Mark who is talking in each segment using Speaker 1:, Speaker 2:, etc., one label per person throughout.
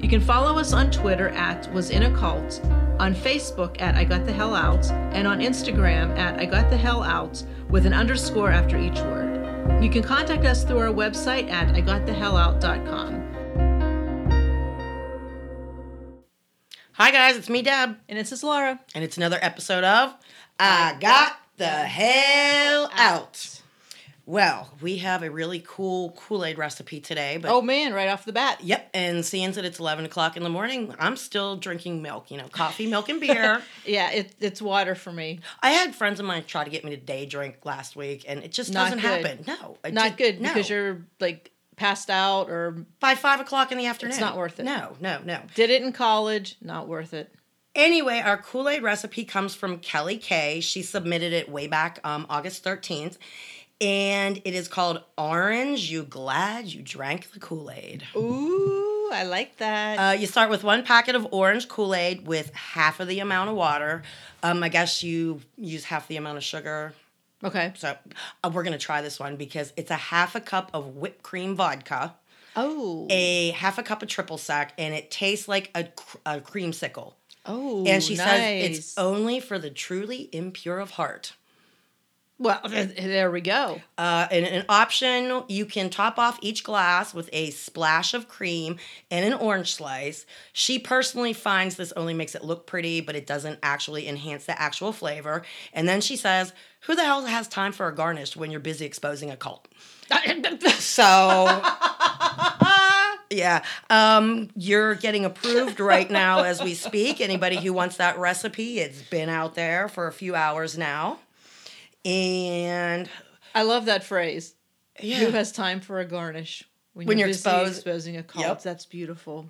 Speaker 1: You can follow us on Twitter at Was In A Cult, on Facebook at I Got The Hell Out, and on Instagram at I Got The Hell Out with an underscore after each word. You can contact us through our website at IGotTheHellOut.com.
Speaker 2: Hi, guys, it's me, Deb,
Speaker 1: And this is Laura.
Speaker 2: and it's another episode of I Got the Hell Out. Well, we have a really cool Kool Aid recipe today, but
Speaker 1: Oh man, right off the bat.
Speaker 2: Yep, and seeing that it's eleven o'clock in the morning, I'm still drinking milk. You know, coffee, milk, and beer.
Speaker 1: Yeah, it, it's water for me.
Speaker 2: I had friends of mine try to get me to day drink last week, and it just
Speaker 1: Not
Speaker 2: doesn't
Speaker 1: good.
Speaker 2: happen. No, it
Speaker 1: Not
Speaker 2: just-
Speaker 1: good
Speaker 2: no.
Speaker 1: because you're like passed out or
Speaker 2: by five o'clock in the afternoon.
Speaker 1: not worth it.
Speaker 2: No, no, no.
Speaker 1: did it in college. Not worth it.
Speaker 2: Anyway, our Kool Aid recipe comes from Kelly K. She submitted it way back um, August thirteenth, and it is called "Orange." You glad you drank the Kool Aid?
Speaker 1: Ooh, I like that.
Speaker 2: Uh, you start with one packet of orange Kool Aid with half of the amount of water. Um, I guess you use half the amount of sugar.
Speaker 1: okay.
Speaker 2: So uh, we're gonna try this one because it's a half a cup of whipped cream vodka,
Speaker 1: Oh.
Speaker 2: a half a cup of triple sec, and it tastes like a, cr- a creamsicle.
Speaker 1: oh.
Speaker 2: And she says
Speaker 1: nice.
Speaker 2: it's only for the truly impure of heart.
Speaker 1: well. th- There we go.
Speaker 2: Uh, and an option, you can top off each glass with a splash of cream and an orange slice. She personally finds this only makes it look pretty, but it doesn't actually enhance the actual flavor. And then she says, Who the hell has time for a garnish when you're busy exposing a cult? So. Yeah, um, you're getting approved right now as we speak. Anybody who wants that recipe, it's been out there for a few hours now. And
Speaker 1: I love that phrase.
Speaker 2: yeah.
Speaker 1: Who has time for a garnish when,
Speaker 2: When you're
Speaker 1: busy
Speaker 2: exposed-
Speaker 1: exposing a cult?
Speaker 2: Yep.
Speaker 1: That's beautiful.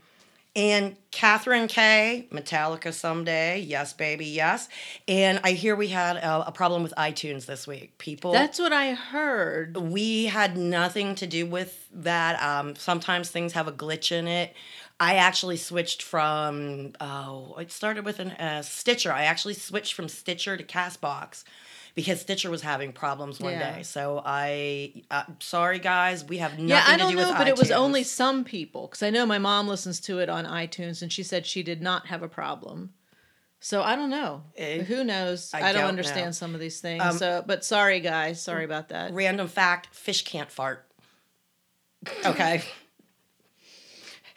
Speaker 2: and Catherine K, Metallica someday, yes, baby, yes. And I hear we had a, a problem with iTunes this week. People,
Speaker 1: That's what I heard.
Speaker 2: we had nothing to do with that. Um, sometimes things have a glitch in it. I actually switched from oh, it started with an uh, Stitcher. I actually switched from Stitcher to Castbox because Stitcher was having problems one
Speaker 1: Yeah.
Speaker 2: day. So I, uh, sorry guys, we have nothing
Speaker 1: yeah, I
Speaker 2: to
Speaker 1: don't
Speaker 2: do
Speaker 1: know,
Speaker 2: with
Speaker 1: but it was
Speaker 2: iTunes.
Speaker 1: only some people because I know my mom listens to it on iTunes, and she said she did not have a problem. So I don't know.
Speaker 2: Eh,
Speaker 1: Who knows?
Speaker 2: I
Speaker 1: I, don't,
Speaker 2: don't
Speaker 1: understand
Speaker 2: know.
Speaker 1: some of these things.
Speaker 2: Um,
Speaker 1: so, but sorry, guys, sorry about that.
Speaker 2: Random fact: fish can't fart. Okay.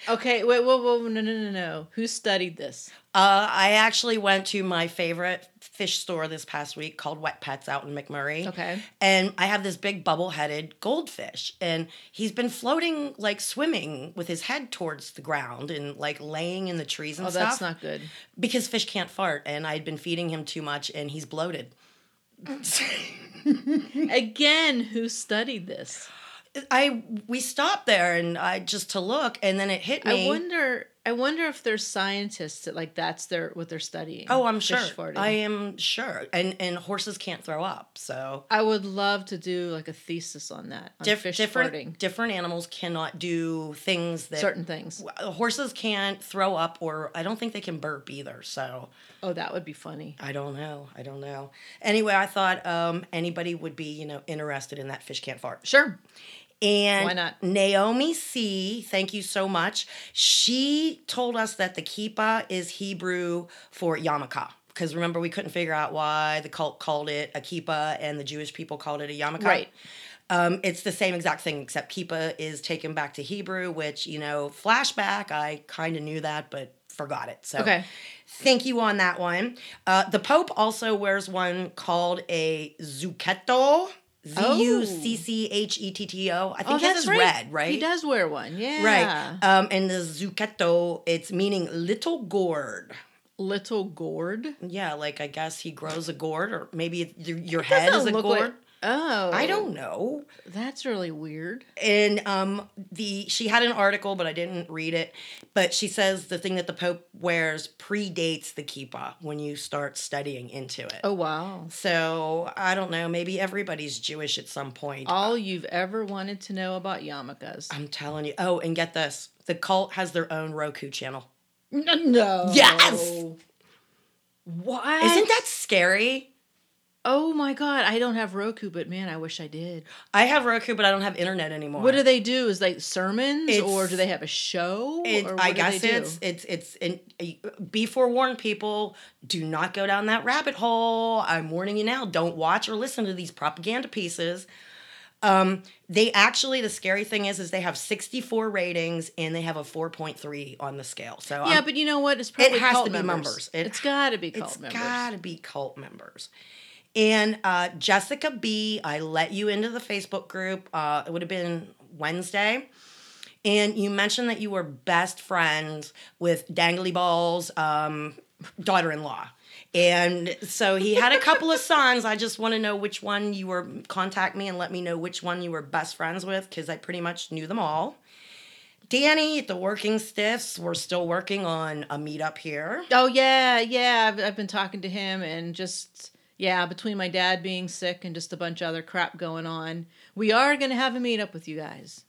Speaker 1: Okay, wait, whoa, whoa, no, no, no, no. Who studied this?
Speaker 2: Uh, I actually went to my favorite fish store this past week called Wet Pets out in McMurray.
Speaker 1: Okay.
Speaker 2: And I have this big bubble headed goldfish, and he's been floating, like swimming with his head towards the ground and like laying in the trees and
Speaker 1: Oh,
Speaker 2: stuff.
Speaker 1: that's not good.
Speaker 2: because fish can't fart, and I'd been feeding him too much, and he's bloated.
Speaker 1: Again, who studied this?
Speaker 2: I we stopped there and I just to look, and then it hit me.
Speaker 1: I wonder. I wonder if there's scientists that like that's their what they're studying.
Speaker 2: oh, I'm
Speaker 1: Fish
Speaker 2: sure.
Speaker 1: farting.
Speaker 2: I am sure. And and horses can't throw up, so
Speaker 1: I would love to do like a thesis on that. On
Speaker 2: Dif-
Speaker 1: fish
Speaker 2: different eh,
Speaker 1: farting.
Speaker 2: different animals cannot do things that
Speaker 1: Certain things.
Speaker 2: horses can't throw up or I don't think they can burp either. So
Speaker 1: Oh, that would be funny.
Speaker 2: I don't know. I don't know. Anyway, I thought um, anybody would be you know interested in that fish can't fart.
Speaker 1: Sure.
Speaker 2: And
Speaker 1: Why not?
Speaker 2: Naomi C, thank you so much. She told us that the kippah is Hebrew for yarmulke. Because remember, we couldn't figure out why the cult called it a kippah and the Jewish people called it a yarmulke.
Speaker 1: Right.
Speaker 2: Um, it's the same exact thing, except kippah is taken back to Hebrew, which, you know, flashback, I kind of knew that, but forgot it. So
Speaker 1: Okay.
Speaker 2: thank you on that one. Uh, the Pope also wears one called a zucchetto. Z U C C H E T T O. I think his is red, right?
Speaker 1: Oh, He does wear one. Yeah.
Speaker 2: Right. Um, and the zucchetto, it's meaning little gourd.
Speaker 1: Little gourd.
Speaker 2: Yeah, like I guess he grows a gourd, or maybe your, your head is
Speaker 1: doesn't
Speaker 2: a
Speaker 1: look
Speaker 2: gourd.
Speaker 1: like- Oh.
Speaker 2: I don't know.
Speaker 1: That's really weird.
Speaker 2: And um, the she had an article, but I didn't read it. But she says the thing that the Pope wears predates the kippah when you start studying into it.
Speaker 1: Oh, wow.
Speaker 2: So I don't know. Maybe everybody's Jewish at some point.
Speaker 1: All you've ever wanted to know about yarmulkes.
Speaker 2: I'm telling you. Oh, and get this: the cult has their own Roku channel.
Speaker 1: N- No.
Speaker 2: Yes!
Speaker 1: What?
Speaker 2: Isn't that scary?
Speaker 1: Oh my god, I don't have Roku, but man, I wish I did.
Speaker 2: I have Roku, but I don't have internet anymore.
Speaker 1: What do they do? Is like sermons,
Speaker 2: It's-
Speaker 1: or do they have a show?
Speaker 2: It,
Speaker 1: or what
Speaker 2: I
Speaker 1: do
Speaker 2: guess
Speaker 1: they do?
Speaker 2: it's it's it's and be forewarned, people. Do not go down that rabbit hole. I'm warning you now. Don't watch or listen to these propaganda pieces. Um, they actually the scary thing is is they have 64 ratings and they have a 4.3 on the scale. So
Speaker 1: yeah,
Speaker 2: I'm-
Speaker 1: but you know what? It's probably
Speaker 2: um, has
Speaker 1: cult
Speaker 2: to be
Speaker 1: members.
Speaker 2: members. It-
Speaker 1: it's got to be cult
Speaker 2: it's
Speaker 1: members.
Speaker 2: gotta be cult members. And uh, Jessica B, I let you into the Facebook group. Uh, it would have been Wednesday. And you mentioned that you were best friends with Dangly Ball's um, daughter in law. And so he had a couple of sons. I just want to know which one you were, contact me and let me know which one you were best friends with because I pretty much knew them all. Danny, at the Working Stiffs, we're still working on a meetup here.
Speaker 1: Oh yeah, yeah. I've, I've been talking to him, and just yeah, between my dad being sick and just a bunch of other crap going on, we are going to have a meetup with you guys.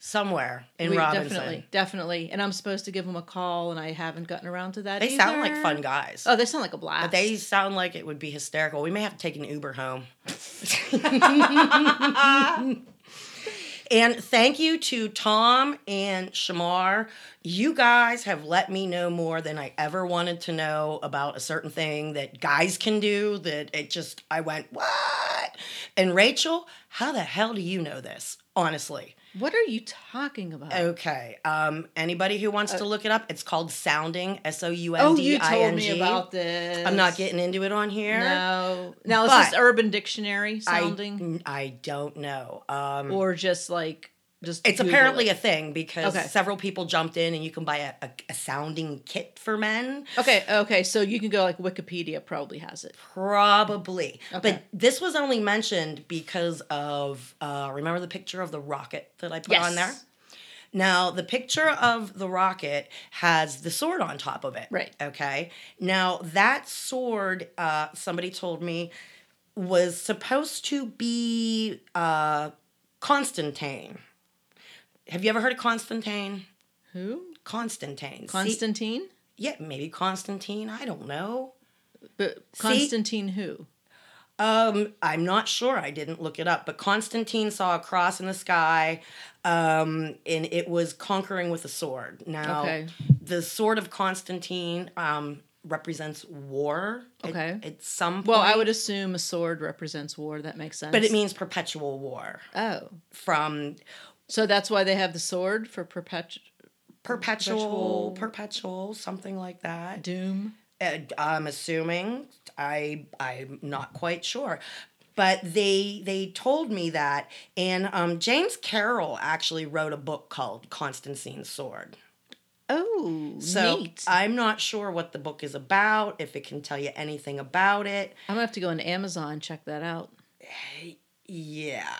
Speaker 2: somewhere in
Speaker 1: we
Speaker 2: Robinson.
Speaker 1: definitely, definitely. And I'm supposed to give him a call, and I haven't gotten around to that.
Speaker 2: They sound like
Speaker 1: either.
Speaker 2: fun guys.
Speaker 1: Oh, they sound like a blast.
Speaker 2: They sound like it would be hysterical. We may have to take an Uber home. and thank you to Tom and Shamar. You guys have let me know more than I ever wanted to know about a certain thing that guys can do that it just, I went, what? And Rachel, how the hell do you know this? Honestly.
Speaker 1: What are you talking about?
Speaker 2: Okay. Um, anybody who wants
Speaker 1: Uh,
Speaker 2: to look it up, it's called Sounding. S O U
Speaker 1: Oh,
Speaker 2: N D
Speaker 1: you
Speaker 2: I
Speaker 1: told
Speaker 2: N
Speaker 1: me
Speaker 2: G.
Speaker 1: about this.
Speaker 2: I'm not getting into it on here.
Speaker 1: No. Now is
Speaker 2: But-
Speaker 1: this Urban Dictionary
Speaker 2: I-
Speaker 1: sounding,
Speaker 2: I don't know. Um,
Speaker 1: or just like just?
Speaker 2: it's
Speaker 1: Google
Speaker 2: apparently
Speaker 1: it?
Speaker 2: a thing because
Speaker 1: Okay.
Speaker 2: several people jumped in, and you can buy a, a, a sounding kit for men.
Speaker 1: okay. Okay, so you can go like Wikipedia probably has it.
Speaker 2: Probably.
Speaker 1: Okay.
Speaker 2: But this was only mentioned because of uh, remember the picture of the rocket that I put
Speaker 1: Yes.
Speaker 2: on there? Now, the picture of the rocket has the sword on top of it.
Speaker 1: Right.
Speaker 2: Okay. Now, that sword, uh, somebody told me, was supposed to be uh, Constantine. Have you ever heard of Constantine?
Speaker 1: Who?
Speaker 2: Constantine. See-
Speaker 1: Constantine.
Speaker 2: yeah, maybe Constantine. I don't know.
Speaker 1: But
Speaker 2: See?
Speaker 1: Constantine who?
Speaker 2: Um, I'm not sure. I didn't look it up, but Constantine saw a cross in the sky, um, and it was conquering with a sword. Now,
Speaker 1: Okay.
Speaker 2: the sword of Constantine um, represents war. at-
Speaker 1: Okay.
Speaker 2: At, some point,
Speaker 1: Well, I would assume a sword represents war. That makes sense.
Speaker 2: but it means perpetual war.
Speaker 1: oh,
Speaker 2: From
Speaker 1: so that's why they have the sword for perpetual
Speaker 2: perpetual, perpetual, something like that.
Speaker 1: doom.
Speaker 2: Uh, I'm assuming. I I'm not quite sure. But they they told me that, and um, James Carroll actually wrote a book called Constantine's Sword.
Speaker 1: Oh,
Speaker 2: So
Speaker 1: neat. I,
Speaker 2: I'm not sure what the book is about, if it can tell you anything about it.
Speaker 1: am gonna have to go on Amazon and check that out.
Speaker 2: Yeah.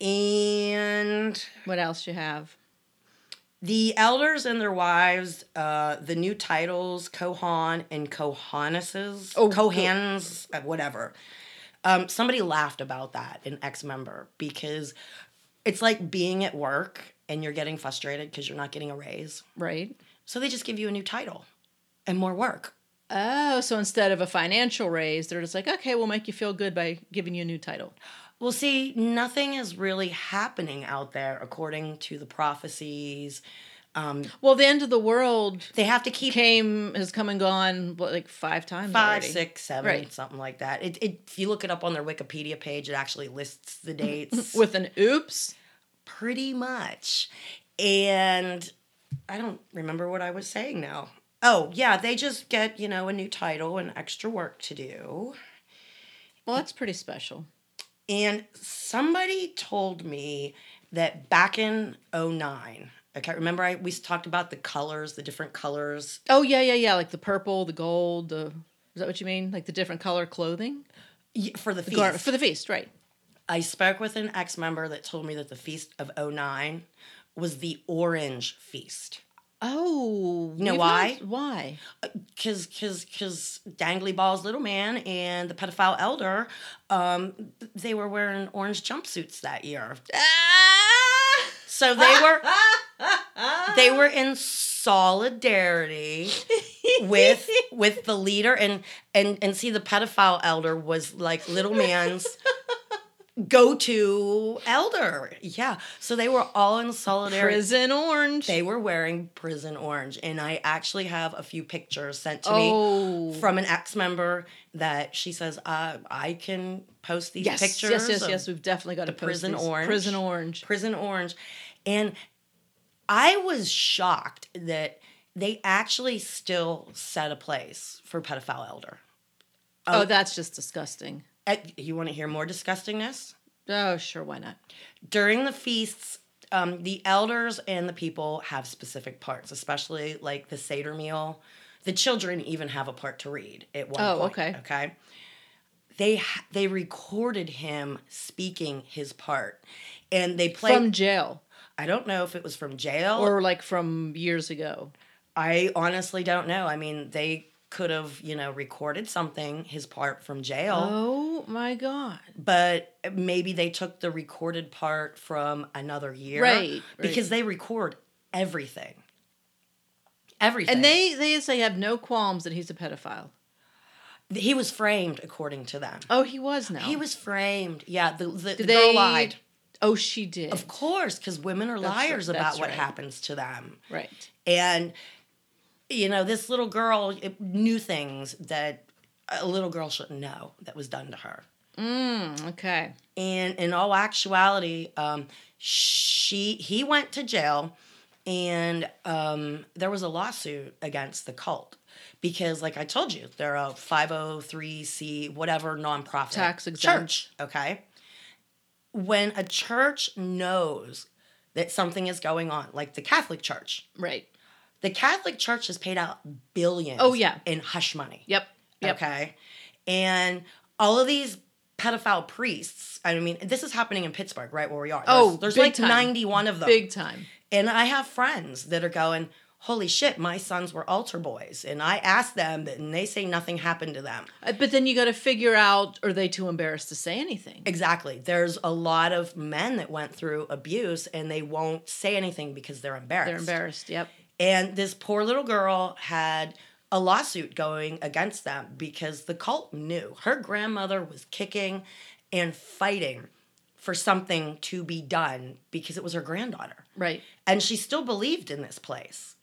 Speaker 2: And
Speaker 1: What else you have?
Speaker 2: the elders and their wives, uh, the new titles, Kohan and Kohanesses,
Speaker 1: Oh,
Speaker 2: Kohans, uh, whatever. Um, somebody laughed about that, an ex member, because it's like being at work and you're getting frustrated because you're not getting a raise.
Speaker 1: Right.
Speaker 2: So they just give you a new title and more work.
Speaker 1: Oh, so instead of a financial raise, they're just like, okay, we'll make you feel good by giving you a new title.
Speaker 2: Well, see, nothing is really happening out there according to the prophecies. Um,
Speaker 1: Well, the end of the world
Speaker 2: they have to keep
Speaker 1: came has come and gone what, like five times.
Speaker 2: five,
Speaker 1: already.
Speaker 2: six, seven,
Speaker 1: Right.
Speaker 2: something like that. It, it, if you look it up on their Wikipedia page, it actually lists the dates
Speaker 1: with an oops.
Speaker 2: pretty much. And I don't remember what I was saying now. Oh, yeah, they just get, you know, a new title and extra work to do.
Speaker 1: Well, that's pretty special.
Speaker 2: And somebody told me that back in 09, okay, remember I we talked about the colors, the different colors.
Speaker 1: Oh yeah, yeah, yeah. Like the purple, the gold, the is that what you mean? Like the different color clothing?
Speaker 2: Y- For the feast.
Speaker 1: Gar- for the feast, right?
Speaker 2: I spoke with an ex member that told me that the feast of 09 was the orange feast.
Speaker 1: Oh,
Speaker 2: know
Speaker 1: we've
Speaker 2: why?
Speaker 1: not- why?
Speaker 2: Cause, cause, cause Dangly Ball's little man and the pedophile elder, um, they were wearing orange jumpsuits that year.
Speaker 1: Ah!
Speaker 2: So they were they were in solidarity with with the leader and and and see the pedophile elder was like little man's go-to elder. Yeah. So they were all in solidarity.
Speaker 1: Prison orange.
Speaker 2: They were wearing prison orange and I actually have a few pictures sent to
Speaker 1: oh,
Speaker 2: me from an ex-member that she says uh, I can post these
Speaker 1: yes,
Speaker 2: pictures.
Speaker 1: yes, yes,
Speaker 2: of-
Speaker 1: yes. We've definitely got a
Speaker 2: prison orange.
Speaker 1: Prison orange.
Speaker 2: Prison Orange. And I was shocked that they actually still set a place for pedophile elder.
Speaker 1: Oh, that's just disgusting.
Speaker 2: Uh, You want to hear more disgustingness?
Speaker 1: Oh, sure, why not?
Speaker 2: During the feasts, um, the elders and the people have specific parts, especially like the Seder meal. The children even have a part to read at one
Speaker 1: Oh,
Speaker 2: point.
Speaker 1: okay.
Speaker 2: Okay. They ha- they recorded him speaking his part, and they played.
Speaker 1: from jail
Speaker 2: I don't know if it was from jail
Speaker 1: or like from years ago.
Speaker 2: I honestly don't know. I mean, they could have, you know, recorded something, his part from jail,
Speaker 1: Oh my god.
Speaker 2: but maybe they took the recorded part from another year.
Speaker 1: Right, right.
Speaker 2: Because they record everything. Everything.
Speaker 1: And they they say have no qualms that he's a pedophile.
Speaker 2: he was framed according to them.
Speaker 1: Oh, he was now.
Speaker 2: He was framed. Yeah, the, the, the
Speaker 1: Did
Speaker 2: girl lied.
Speaker 1: Oh, she did.
Speaker 2: Of course, because women are
Speaker 1: That's
Speaker 2: liars
Speaker 1: right,
Speaker 2: about
Speaker 1: that's
Speaker 2: what
Speaker 1: right.
Speaker 2: happens to them.
Speaker 1: Right.
Speaker 2: and you know this little girl it- knew things that a little girl shouldn't know that was done to her
Speaker 1: Mm, okay.
Speaker 2: and in all actuality um, she he went to jail and um, there was a lawsuit against the cult because like i told you they're a 503c whatever nonprofit
Speaker 1: Tax exempt.
Speaker 2: church okay when a church knows that something is going on like the catholic church
Speaker 1: Right.
Speaker 2: the Catholic Church has paid out billions.
Speaker 1: Oh, yeah.
Speaker 2: in hush money.
Speaker 1: Yep. Yep.
Speaker 2: Okay, and all of these pedophile priests. I mean, this is happening in Pittsburgh, right where we are.
Speaker 1: Oh,
Speaker 2: there's, there's
Speaker 1: big
Speaker 2: like
Speaker 1: time.
Speaker 2: 91 of them,
Speaker 1: Big time.
Speaker 2: and I have friends that are going. Holy shit, my sons were altar boys. And I asked them, and they say nothing happened to them.
Speaker 1: Uh, But then you got to figure out are they too embarrassed to say anything?
Speaker 2: Exactly. There's a lot of men that went through abuse and they won't say anything because they're embarrassed.
Speaker 1: They're embarrassed. Yep.
Speaker 2: And this poor little girl had a lawsuit going against them because the cult knew her grandmother was kicking and fighting for something to be done because it was her granddaughter.
Speaker 1: Right.
Speaker 2: And she still believed in this place.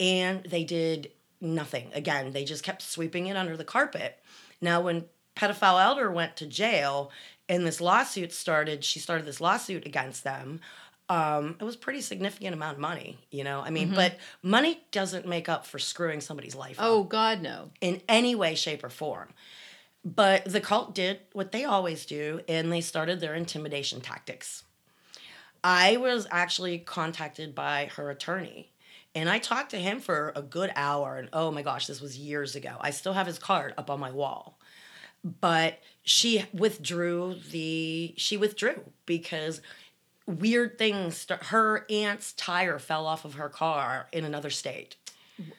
Speaker 2: And they did nothing. Again, they just kept sweeping it under the carpet. Now, when pedophile elder went to jail and this lawsuit started, she started this lawsuit against them. Um, it was pretty significant amount of money, you know. I mean, but money doesn't make up for screwing somebody's life up
Speaker 1: Oh God, no.
Speaker 2: in any way, shape, or form. But the cult did what they always do, and they started their intimidation tactics. I was actually contacted by her attorney, and I talked to him for a good hour. And oh my gosh, this was years ago. I still have his card up on my wall. But she withdrew the she withdrew because weird things st- her aunt's tire fell off of her car in another state.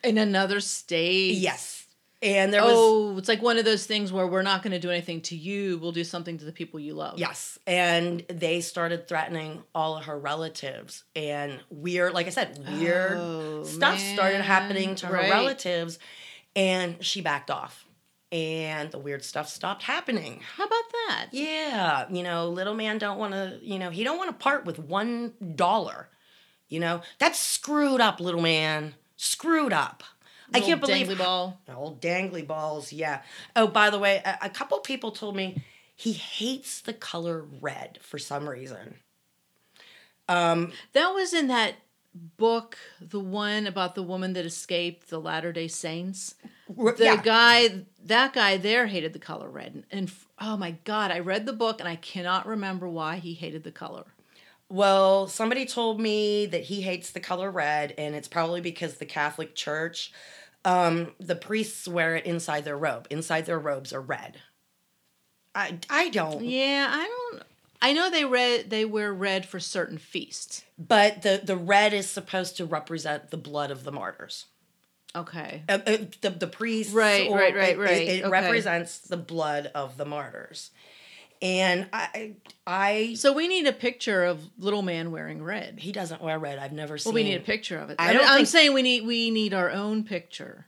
Speaker 1: In another state.
Speaker 2: Yes. And there was
Speaker 1: Oh, it's like one of those things where we're not going to do anything to you. We'll do something to the people you love.
Speaker 2: Yes. And they started threatening all of her relatives. And weird, like I said, weird
Speaker 1: Oh,
Speaker 2: stuff started
Speaker 1: man.
Speaker 2: happening to her
Speaker 1: Right.
Speaker 2: relatives. And she backed off. And the weird stuff stopped happening.
Speaker 1: How about that?
Speaker 2: Yeah. You know, little man don't want to, you know, he don't want to part with one dollar. You know, that's screwed up, little man. Screwed up. I can't
Speaker 1: Little
Speaker 2: believe
Speaker 1: dangly ball.
Speaker 2: Old dangly balls, yeah. Oh, by the way, a, a couple people told me he hates the color red for some reason. Um,
Speaker 1: That was in that book, the one about the woman that escaped the Latter Day Saints.
Speaker 2: r-
Speaker 1: The
Speaker 2: yeah,
Speaker 1: guy, that guy there, hated the color red, and, and f- oh my god, I read the book and I cannot remember why he hated the color.
Speaker 2: Well, somebody told me that he hates the color red, and it's probably because the Catholic Church, um, the priests wear it inside their robe. Inside their robes are red. I, I don't.
Speaker 1: Yeah, I don't. I know they red. They wear red for certain feasts.
Speaker 2: But the, the red is supposed to represent the blood of the martyrs.
Speaker 1: Okay.
Speaker 2: Uh, uh, the, the priests.
Speaker 1: Right, right, right,
Speaker 2: it- it-
Speaker 1: right.
Speaker 2: It,
Speaker 1: Okay.
Speaker 2: represents the blood of the martyrs. And I, I,
Speaker 1: So we need a picture of little man wearing red.
Speaker 2: he doesn't wear red. I've never seen.
Speaker 1: Well, we need a picture of it.
Speaker 2: I
Speaker 1: I
Speaker 2: don't
Speaker 1: am
Speaker 2: think-
Speaker 1: saying we need we need our own picture.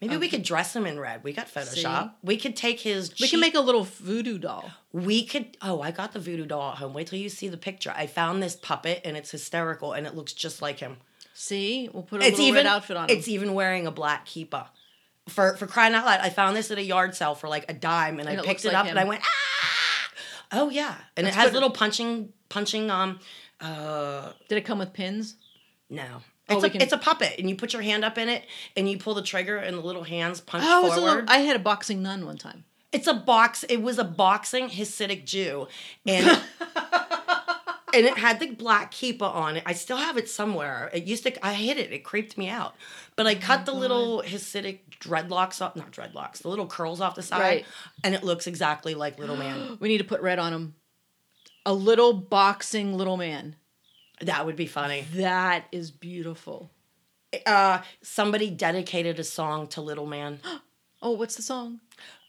Speaker 2: Maybe we could dress him in red. We got Photoshop.
Speaker 1: See?
Speaker 2: We could take his.
Speaker 1: We
Speaker 2: cheek-
Speaker 1: can make a little voodoo doll.
Speaker 2: We could. Oh, I got the voodoo doll at home. Wait till you see the picture. I found this puppet and it's hysterical and it looks just like him.
Speaker 1: See, we'll put a
Speaker 2: It's
Speaker 1: little
Speaker 2: even
Speaker 1: red outfit on.
Speaker 2: It's
Speaker 1: him.
Speaker 2: even wearing a black keeper. For for crying out loud, I found this at a yard sale for like a dime, and,
Speaker 1: And
Speaker 2: I
Speaker 1: it
Speaker 2: picked
Speaker 1: looks
Speaker 2: it
Speaker 1: like
Speaker 2: up and I
Speaker 1: him.
Speaker 2: went, ah! Oh yeah, and
Speaker 1: That's
Speaker 2: it has
Speaker 1: what-
Speaker 2: little punching punching um uh
Speaker 1: Did it come with pins?
Speaker 2: no.
Speaker 1: Oh,
Speaker 2: It's,
Speaker 1: we
Speaker 2: a,
Speaker 1: can-
Speaker 2: it's a puppet, and you put your hand up in it, and you pull the trigger, and the little hands punch
Speaker 1: Oh, it's a
Speaker 2: forward.
Speaker 1: little, I had a boxing nun one time.
Speaker 2: It's a box. It was a boxing Hasidic Jew, and and it had the black kippah on it. I still have it somewhere. It used to. I hid it. It creeped me out.
Speaker 1: Oh
Speaker 2: But I cut the little Hasidic dreadlocks off. Not dreadlocks. The little curls off the side,
Speaker 1: Right.
Speaker 2: and it looks exactly like Little Man.
Speaker 1: We need to put red on him. A little boxing little man.
Speaker 2: That would be funny.
Speaker 1: That is beautiful.
Speaker 2: Uh, somebody dedicated a song to Little Man.
Speaker 1: Oh, what's the song?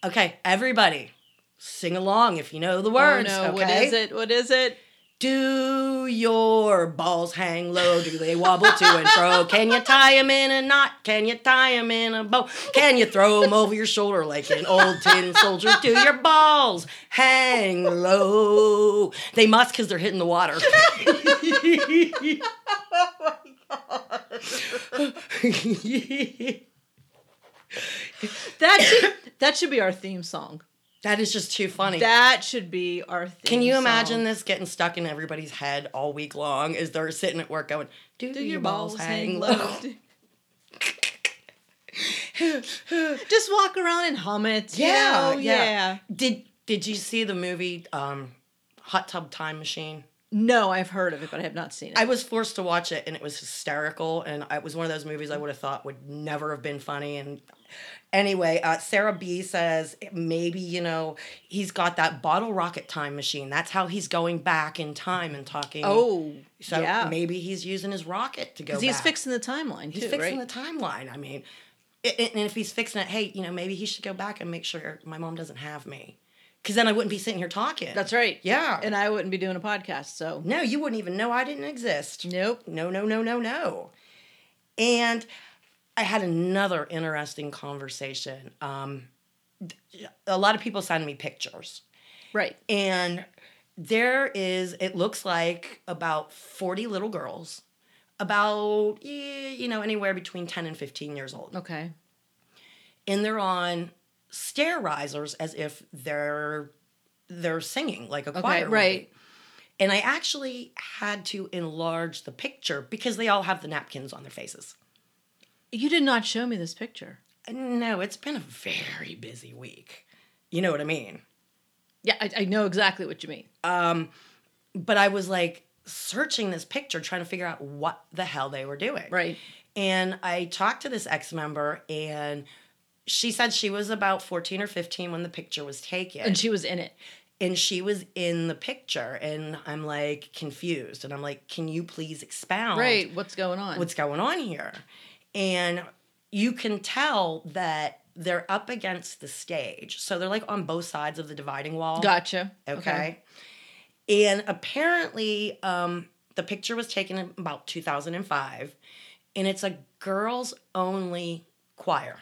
Speaker 2: Okay, everybody, sing along if you know the words.
Speaker 1: oh no,
Speaker 2: okay?
Speaker 1: what is it? What is it?
Speaker 2: Do your balls hang low? Do they wobble to and fro? Can you tie 'em in a knot? Can you tie 'em in a bow? Can you throw 'em over your shoulder like an old tin soldier? Do your balls hang low? They must because they're hitting the water.
Speaker 1: That should, that should be our theme song.
Speaker 2: that is just too funny.
Speaker 1: That should be our theme.
Speaker 2: Can you imagine
Speaker 1: song.
Speaker 2: this getting stuck in everybody's head all week long as they're sitting at work going, Do,
Speaker 1: Do
Speaker 2: your, balls, hang low?
Speaker 1: Just walk around and hum it. you
Speaker 2: Yeah,
Speaker 1: know?
Speaker 2: yeah. Did Did you see the movie um, Hot Tub Time Machine?
Speaker 1: No, I've heard of it, but I have not seen it.
Speaker 2: I was forced to watch it, and it was hysterical. And it was one of those movies I would have thought would never have been funny. And anyway, uh, Sarah B says maybe you know he's got that bottle rocket time machine. That's how he's going back in time and talking.
Speaker 1: oh,
Speaker 2: so
Speaker 1: yeah.
Speaker 2: maybe he's using his rocket to go.
Speaker 1: Because he's
Speaker 2: back.
Speaker 1: fixing the timeline too,
Speaker 2: He's fixing
Speaker 1: right?
Speaker 2: the timeline. I mean, i- i- and if he's fixing it, hey, you know, maybe he should go back and make sure my mom doesn't have me, because then I wouldn't be sitting here talking.
Speaker 1: That's right.
Speaker 2: Yeah.
Speaker 1: And I wouldn't be doing a podcast, so
Speaker 2: no, you wouldn't even know I didn't exist.
Speaker 1: nope.
Speaker 2: No, no, no, no, no. And I had another interesting conversation. Um, th- a lot of people send me pictures,
Speaker 1: Right.
Speaker 2: and there is, it looks like about 40 little girls, about, eh, you know, anywhere between 10 and 15 years old.
Speaker 1: Okay.
Speaker 2: and they're on stair risers as if they're they're singing like a choir.
Speaker 1: Okay.
Speaker 2: would
Speaker 1: Right.
Speaker 2: be. And I actually had to enlarge the picture because they all have the napkins on their faces.
Speaker 1: You did not show me this picture.
Speaker 2: No, it's been a very busy week. You know what I mean?
Speaker 1: Yeah, I, I know exactly what you mean.
Speaker 2: But I was like searching this picture trying to figure out what the hell they were doing.
Speaker 1: Right.
Speaker 2: And I talked to this ex member and she said she was about 14 or 15 when the picture was taken.
Speaker 1: And she was in it.
Speaker 2: and she was in the picture and i'm like confused and i'm like can you please expound
Speaker 1: Right. What's going on?
Speaker 2: what's going on here and you can tell that they're up against the stage so they're like on both sides of the dividing wall
Speaker 1: gotcha.
Speaker 2: okay, and apparently um, the picture was taken in about 2005 and it's a girls only choir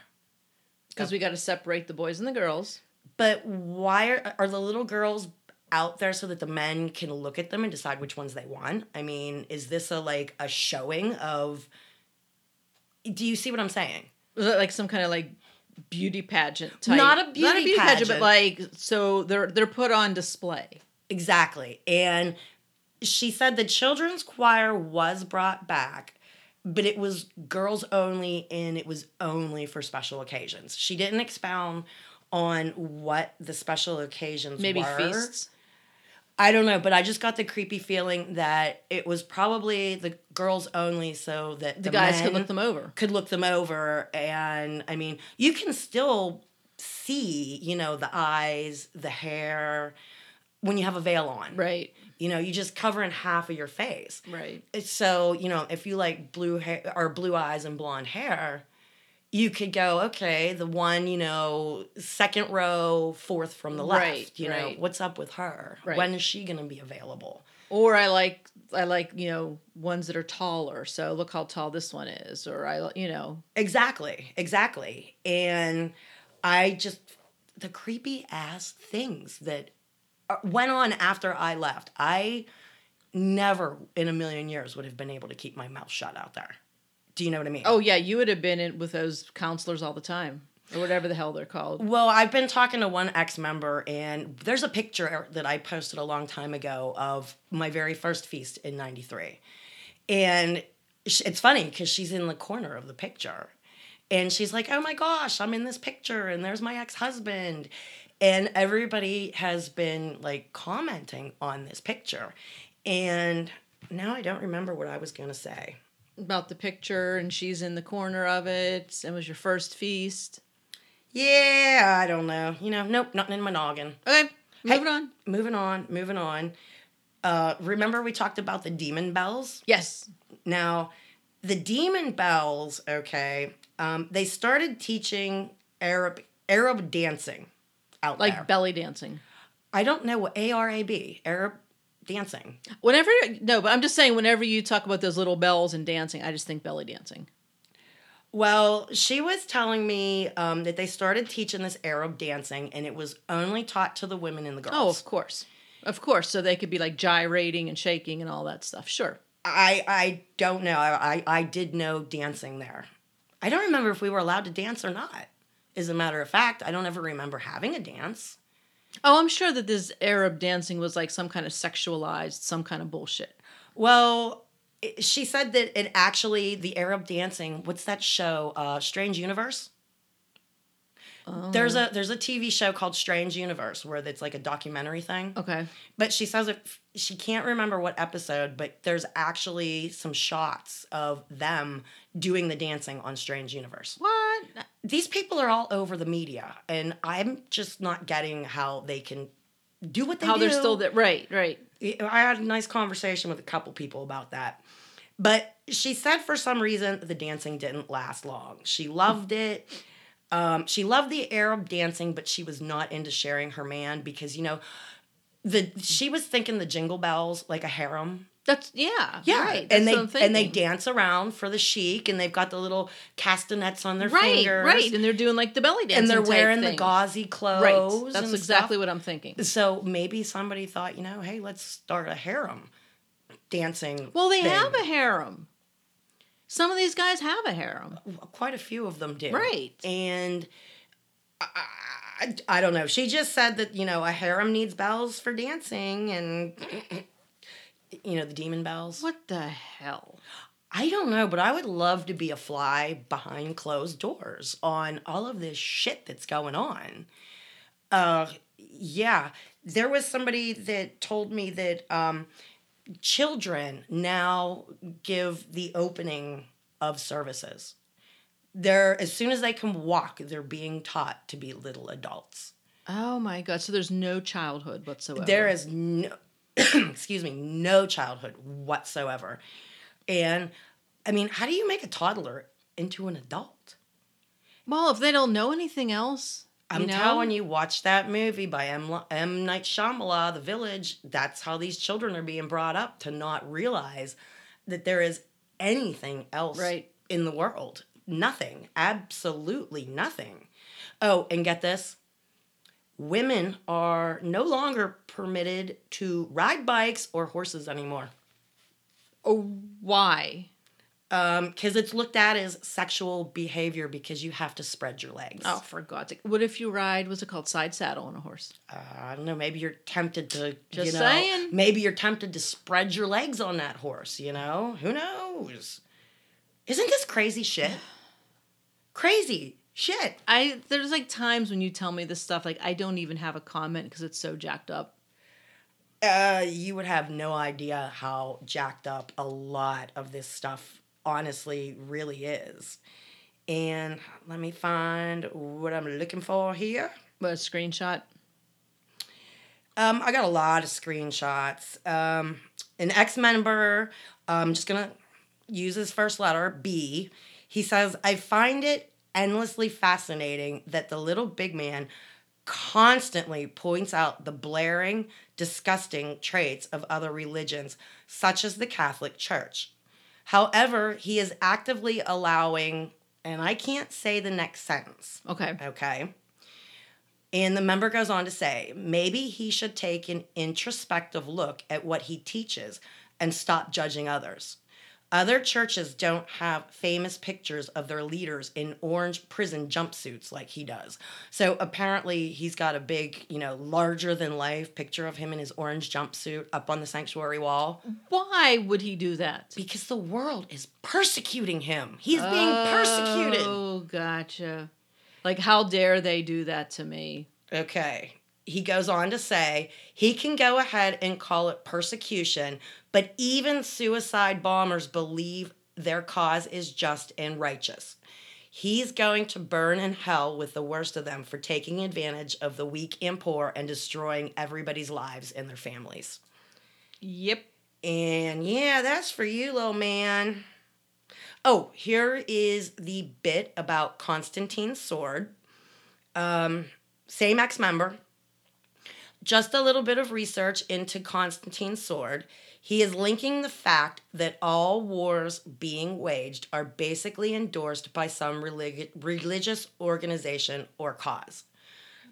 Speaker 1: Because we got to separate the boys and the girls.
Speaker 2: But why are, are the little girls out there so that the men can look at them and decide which ones they want? I mean, is this a like a showing of? Do you see what I'm saying?
Speaker 1: Was it like some kind of like beauty pageant type?
Speaker 2: Not a beauty
Speaker 1: but
Speaker 2: pageant.
Speaker 1: like so they're they're put on display.
Speaker 2: Exactly. And she said the children's choir was brought back, but it was girls only and it was only for special occasions. She didn't expound on what the special occasions
Speaker 1: Maybe
Speaker 2: were.
Speaker 1: feasts.
Speaker 2: I don't know, but I just got the creepy feeling that it was probably the girls only, so that the,
Speaker 1: The guys
Speaker 2: men
Speaker 1: could look them over.
Speaker 2: could look them over. And I mean, you can still see, you know, the eyes, the hair when you have a veil on.
Speaker 1: Right.
Speaker 2: You know, you just covering half of your face.
Speaker 1: Right.
Speaker 2: It's so, you know, if you like blue hair or blue eyes and blonde hair, you could go, okay, the one, you know, second row, fourth from the left,
Speaker 1: Right,
Speaker 2: you
Speaker 1: right.
Speaker 2: know, what's up with her?
Speaker 1: Right.
Speaker 2: When is she going to be available?
Speaker 1: Or I like I like, you know, ones that are taller. So look how tall this one is or I li- you know.
Speaker 2: Exactly, exactly. And I just, the creepy ass things that uh, went on after I left. I never in a million years would have been able to keep my mouth shut out there. Do you know what I mean?
Speaker 1: Oh yeah, you would have been in with those counselors all the time or whatever the hell they're called.
Speaker 2: Well, I've been talking to one ex member, and there's a picture that I posted a long time ago of my very first feast in '93. And sh- it's funny because she's in the corner of the picture. And she's like, oh my gosh, I'm in this picture, and there's my ex husband. And everybody has been like commenting on this picture. And now I don't remember what I was going to say.
Speaker 1: About the picture and she's in the corner of it and was your first feast.
Speaker 2: Yeah, I don't know. You know, nope, nothing in my noggin.
Speaker 1: Okay, moving on.
Speaker 2: moving on, moving on. Uh, remember we talked about the demon bells?
Speaker 1: Yes.
Speaker 2: Now, the demon bells, okay, um, they started teaching Arab Arab dancing out
Speaker 1: Like
Speaker 2: there.
Speaker 1: belly dancing.
Speaker 2: I don't know what ARAB, Arab dancing.
Speaker 1: Whenever no, but I'm just saying whenever you talk about those little bells and dancing, I just think belly dancing.
Speaker 2: Well, she was telling me um, that they started teaching this Arab dancing and it was only taught to the women and the
Speaker 1: Oh,
Speaker 2: girls.
Speaker 1: of course. Of course. So they could be like gyrating and shaking and all that stuff. Sure.
Speaker 2: I, I don't know. I, I, I did know dancing there. I don't remember if we were allowed to dance or not. As a matter of fact, I don't ever remember having a dance.
Speaker 1: Oh, I'm sure that this Arab dancing was like some kind of sexualized, some kind of bullshit.
Speaker 2: Well, it, she said that it actually, the Arab dancing, what's that show? Uh, Strange Universe? There's a there's a TV show called Strange Universe where it's like a documentary thing.
Speaker 1: Okay.
Speaker 2: But she says if she can't remember what episode, but there's actually some shots of them doing the dancing on Strange Universe.
Speaker 1: What?
Speaker 2: these people are all over the media, and I'm just not getting how they can do what they
Speaker 1: How
Speaker 2: do.
Speaker 1: they're still there. Right, right.
Speaker 2: I had a nice conversation with a couple people about that. But she said for some reason the dancing didn't last long. She loved it. Um, she loved the Arab dancing, but she was not into sharing her man because you know, the she was thinking the jingle bells like a harem.
Speaker 1: That's yeah. Right. That's
Speaker 2: and they
Speaker 1: what I'm
Speaker 2: and they
Speaker 1: thinking.
Speaker 2: dance around for the sheik, and they've got the little castanets on their
Speaker 1: Right,
Speaker 2: fingers
Speaker 1: right. And they're doing like the belly dancing.
Speaker 2: and they're
Speaker 1: type
Speaker 2: wearing the
Speaker 1: things.
Speaker 2: gauzy clothes.
Speaker 1: Right. That's
Speaker 2: and
Speaker 1: exactly
Speaker 2: stuff.
Speaker 1: what I'm thinking.
Speaker 2: So maybe somebody thought, you know, hey, let's start a harem dancing.
Speaker 1: Well, they
Speaker 2: thing.
Speaker 1: have a harem. Some of these guys have a harem.
Speaker 2: quite a few of them do,
Speaker 1: Right.
Speaker 2: And I, I, I don't know. She just said that you know a harem needs bells for dancing and. You know, the demon bells.
Speaker 1: What the hell?
Speaker 2: I don't know, but I would love to be a fly behind closed doors on all of this shit that's going on. Uh, yeah, there was somebody that told me that um, children now give the opening of services. They're as soon as they can walk, they're being taught to be little adults.
Speaker 1: Oh my god. So there's no childhood whatsoever.
Speaker 2: There is no, excuse me, no childhood whatsoever. And I mean, how do you make a toddler into an adult?
Speaker 1: Well, if they don't know anything else,
Speaker 2: I'm
Speaker 1: you know?
Speaker 2: telling you, watch that movie by M. Lo- M. Night Shyamala, The Village. That's how these children are being brought up to not realize that there is anything else
Speaker 1: Right.
Speaker 2: in the world. Nothing. Absolutely nothing. Oh, and get this women are no longer permitted to ride bikes or horses anymore
Speaker 1: Oh, why?
Speaker 2: because um, it's looked at as sexual behavior because you have to spread your legs.
Speaker 1: Oh, for God's sake. What if you ride, what's it called, side saddle on a horse?
Speaker 2: uh, I don't know. Maybe you're tempted to
Speaker 1: Just
Speaker 2: you know,
Speaker 1: saying.
Speaker 2: Maybe you're tempted to spread your legs on that horse. You know, who knows? Isn't this crazy shit? crazy shit.
Speaker 1: I There's like times when you tell me this stuff, like I don't even have a comment because it's so jacked up.
Speaker 2: Uh, you would have no idea how jacked up a lot of this stuff honestly really is. And let me find what I'm looking for here.
Speaker 1: What a screenshot.
Speaker 2: Um, I got a lot of screenshots. Um, an ex member, I'm just going to use his first letter, B. He says, I find it endlessly fascinating that the little big man constantly points out the blaring, disgusting traits of other religions, such as the Catholic Church. However, he is actively allowing, and I can't say the next sentence.
Speaker 1: Okay.
Speaker 2: Okay. And the member goes on to say, maybe he should take an introspective look at what he teaches and stop judging others. Other churches don't have famous pictures of their leaders in orange prison jumpsuits like he does. So apparently, he's got a big, you know, larger than life picture of him in his orange jumpsuit up on the sanctuary wall
Speaker 1: Why would he do that?
Speaker 2: because the world is persecuting him. He's being persecuted.
Speaker 1: Oh, gotcha. Like, how dare they do that to me?
Speaker 2: Okay. He goes on to say he can go ahead and call it persecution, but even suicide bombers believe their cause is just and righteous. He's going to burn in hell with the worst of them for taking advantage of the weak and poor and destroying everybody's lives and their families.
Speaker 1: Yep.
Speaker 2: And yeah, that's for you, little man. Oh, here is the bit about Constantine's sword. Um, same ex member. Just a little bit of research into Constantine's sword. He is linking the fact that all wars being waged are basically endorsed by some relig- religious organization or cause,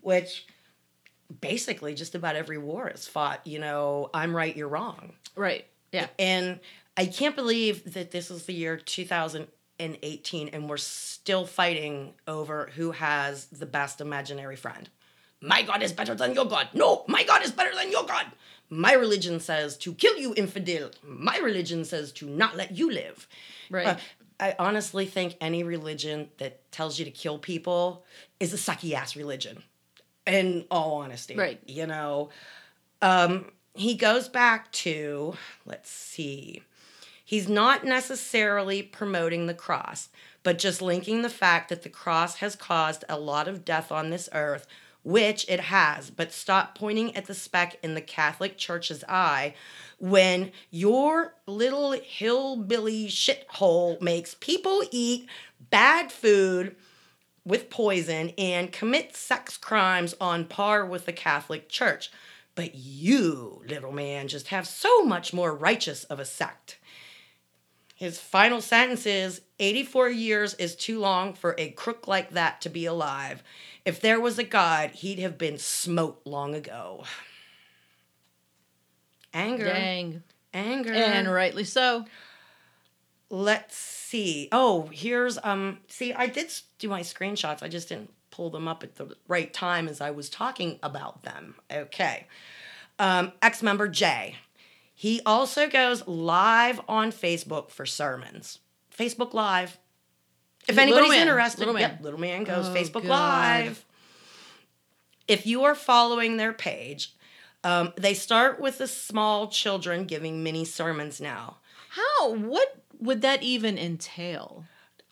Speaker 2: which basically just about every war is fought, you know, I'm right, you're wrong.
Speaker 1: Right. Yeah.
Speaker 2: And I can't believe that this is the year 2018 and we're still fighting over who has the best imaginary friend. My God is better than your God. No, my God is better than your God. My religion says to kill you, infidel. My religion says to not let you live.
Speaker 1: Right.
Speaker 2: Uh, I honestly think any religion that tells you to kill people is a sucky ass religion, in all honesty.
Speaker 1: Right.
Speaker 2: You know, um, he goes back to, let's see, he's not necessarily promoting the cross, but just linking the fact that the cross has caused a lot of death on this earth, which it has, but stop pointing at the speck in the Catholic Church's eye when your little hillbilly shithole makes people eat bad food with poison and commit sex crimes on par with the Catholic Church. But you, little man, just have so much more righteous of a sect. His final sentence is 84 years is too long for a crook like that to be alive. If there was a God, he'd have been smote long ago. Anger.
Speaker 1: Dang.
Speaker 2: Anger.
Speaker 1: And rightly so.
Speaker 2: Let's see. Oh, here's um. See, I did s- do my screenshots. I just didn't pull them up at the right time as I was talking about them. Okay. Um, Ex member Jay. He also goes live on Facebook for sermons. Facebook Live. If
Speaker 1: Little
Speaker 2: anybody's
Speaker 1: man,
Speaker 2: interested,
Speaker 1: little man.
Speaker 2: yep, little man goes
Speaker 1: Oh,
Speaker 2: Facebook
Speaker 1: God.
Speaker 2: Live. If you are following their page, um, they start with the small children giving mini sermons now.
Speaker 1: How? What would that even entail?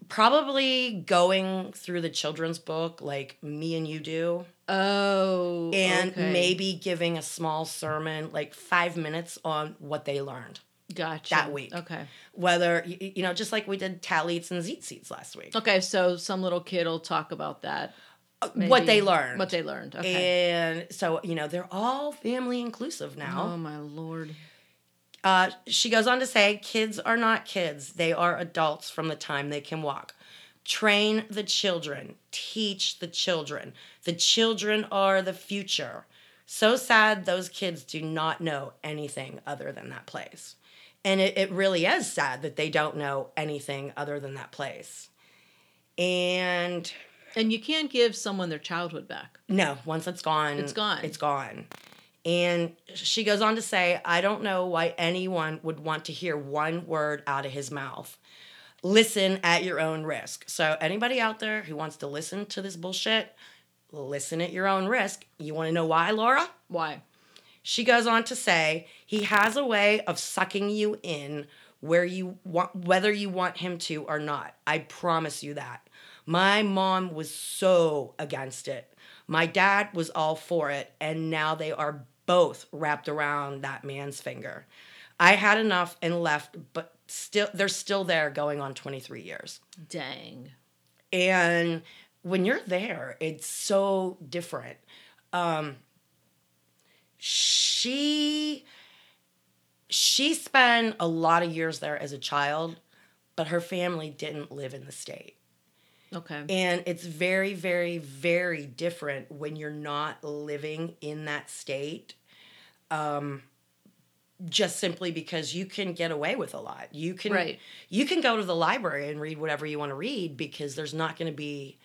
Speaker 2: probably going through the children's book like me and you do
Speaker 1: Oh.
Speaker 2: and
Speaker 1: okay.
Speaker 2: maybe giving a small sermon like five minutes on what they learned
Speaker 1: gotcha.
Speaker 2: that week.
Speaker 1: Okay.
Speaker 2: whether y- y- you know just like we did tallits and zeet seats last week
Speaker 1: Okay. So some little kid will talk about that.
Speaker 2: Uh,
Speaker 1: maybe.
Speaker 2: what they learned
Speaker 1: What they learned. Okay.
Speaker 2: and so you know they're all family inclusive now
Speaker 1: Oh my lord.
Speaker 2: Uh, she goes on to say, kids are not kids. They are adults from the time they can walk. Train the children, teach the children. The children are the future. So sad those kids do not know anything other than that place. And it, it really is sad that they don't know anything other than that place. And
Speaker 1: And you can't give someone their childhood back.
Speaker 2: no, once it's gone,
Speaker 1: It's gone.
Speaker 2: It's gone. And she goes on to say, I don't know why anyone would want to hear one word out of his mouth. Listen at your own risk. So, anybody out there who wants to listen to this bullshit, listen at your own risk. You want to know why, Laura?
Speaker 1: Why?
Speaker 2: She goes on to say, he has a way of sucking you in where you want whether you want him to or not. I promise you that. My mom was so against it. My dad was all for it, and now they are both wrapped around that man's finger. I had enough and left, but still, they're still there going on 23 years.
Speaker 1: Dang.
Speaker 2: And when you're there, it's so different. Um, she she spent a lot of years there as a child, but her family didn't live in the state.
Speaker 1: Okay.
Speaker 2: And it's very, very, very different when you're not living in that state. Um, just simply because you can get away with a lot. You can
Speaker 1: Right.
Speaker 2: you can go to the library and read whatever you want to read because there's not going to be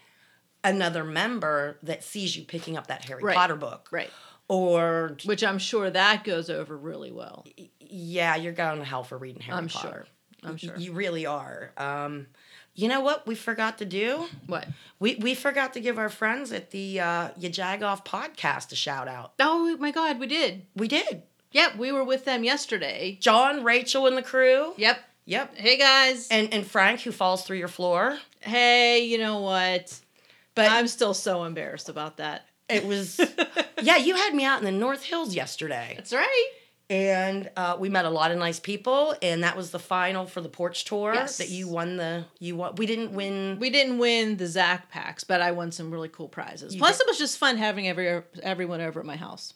Speaker 2: another member that sees you picking up that Harry
Speaker 1: Right.
Speaker 2: Potter book.
Speaker 1: Right.
Speaker 2: Or
Speaker 1: Which I'm sure that goes over really well.
Speaker 2: yeah, you're going to hell for reading Harry
Speaker 1: I'm
Speaker 2: Potter.
Speaker 1: sure. I'm sure.
Speaker 2: You really are. Um, you know what we forgot to do?
Speaker 1: What?
Speaker 2: We we forgot to give our friends at the uh, You Jag Off podcast a shout out.
Speaker 1: Oh my God, we did.
Speaker 2: We did.
Speaker 1: Yep, we were with them yesterday.
Speaker 2: John, Rachel, and the crew.
Speaker 1: Yep.
Speaker 2: Yep.
Speaker 1: Hey guys.
Speaker 2: And and Frank, who falls through your floor.
Speaker 1: hey, you know what?
Speaker 2: But
Speaker 1: I'm still so embarrassed about that.
Speaker 2: it was, yeah, you had me out in the North Hills yesterday.
Speaker 1: That's right.
Speaker 2: And uh, we met a lot of nice people. And that was the final for the porch tour
Speaker 1: Yes.
Speaker 2: that you won the, you won, we didn't win.
Speaker 1: We didn't win the Zach packs, but I won some really cool prizes.
Speaker 2: You
Speaker 1: Plus,
Speaker 2: did.
Speaker 1: it was just fun having every everyone over at my house.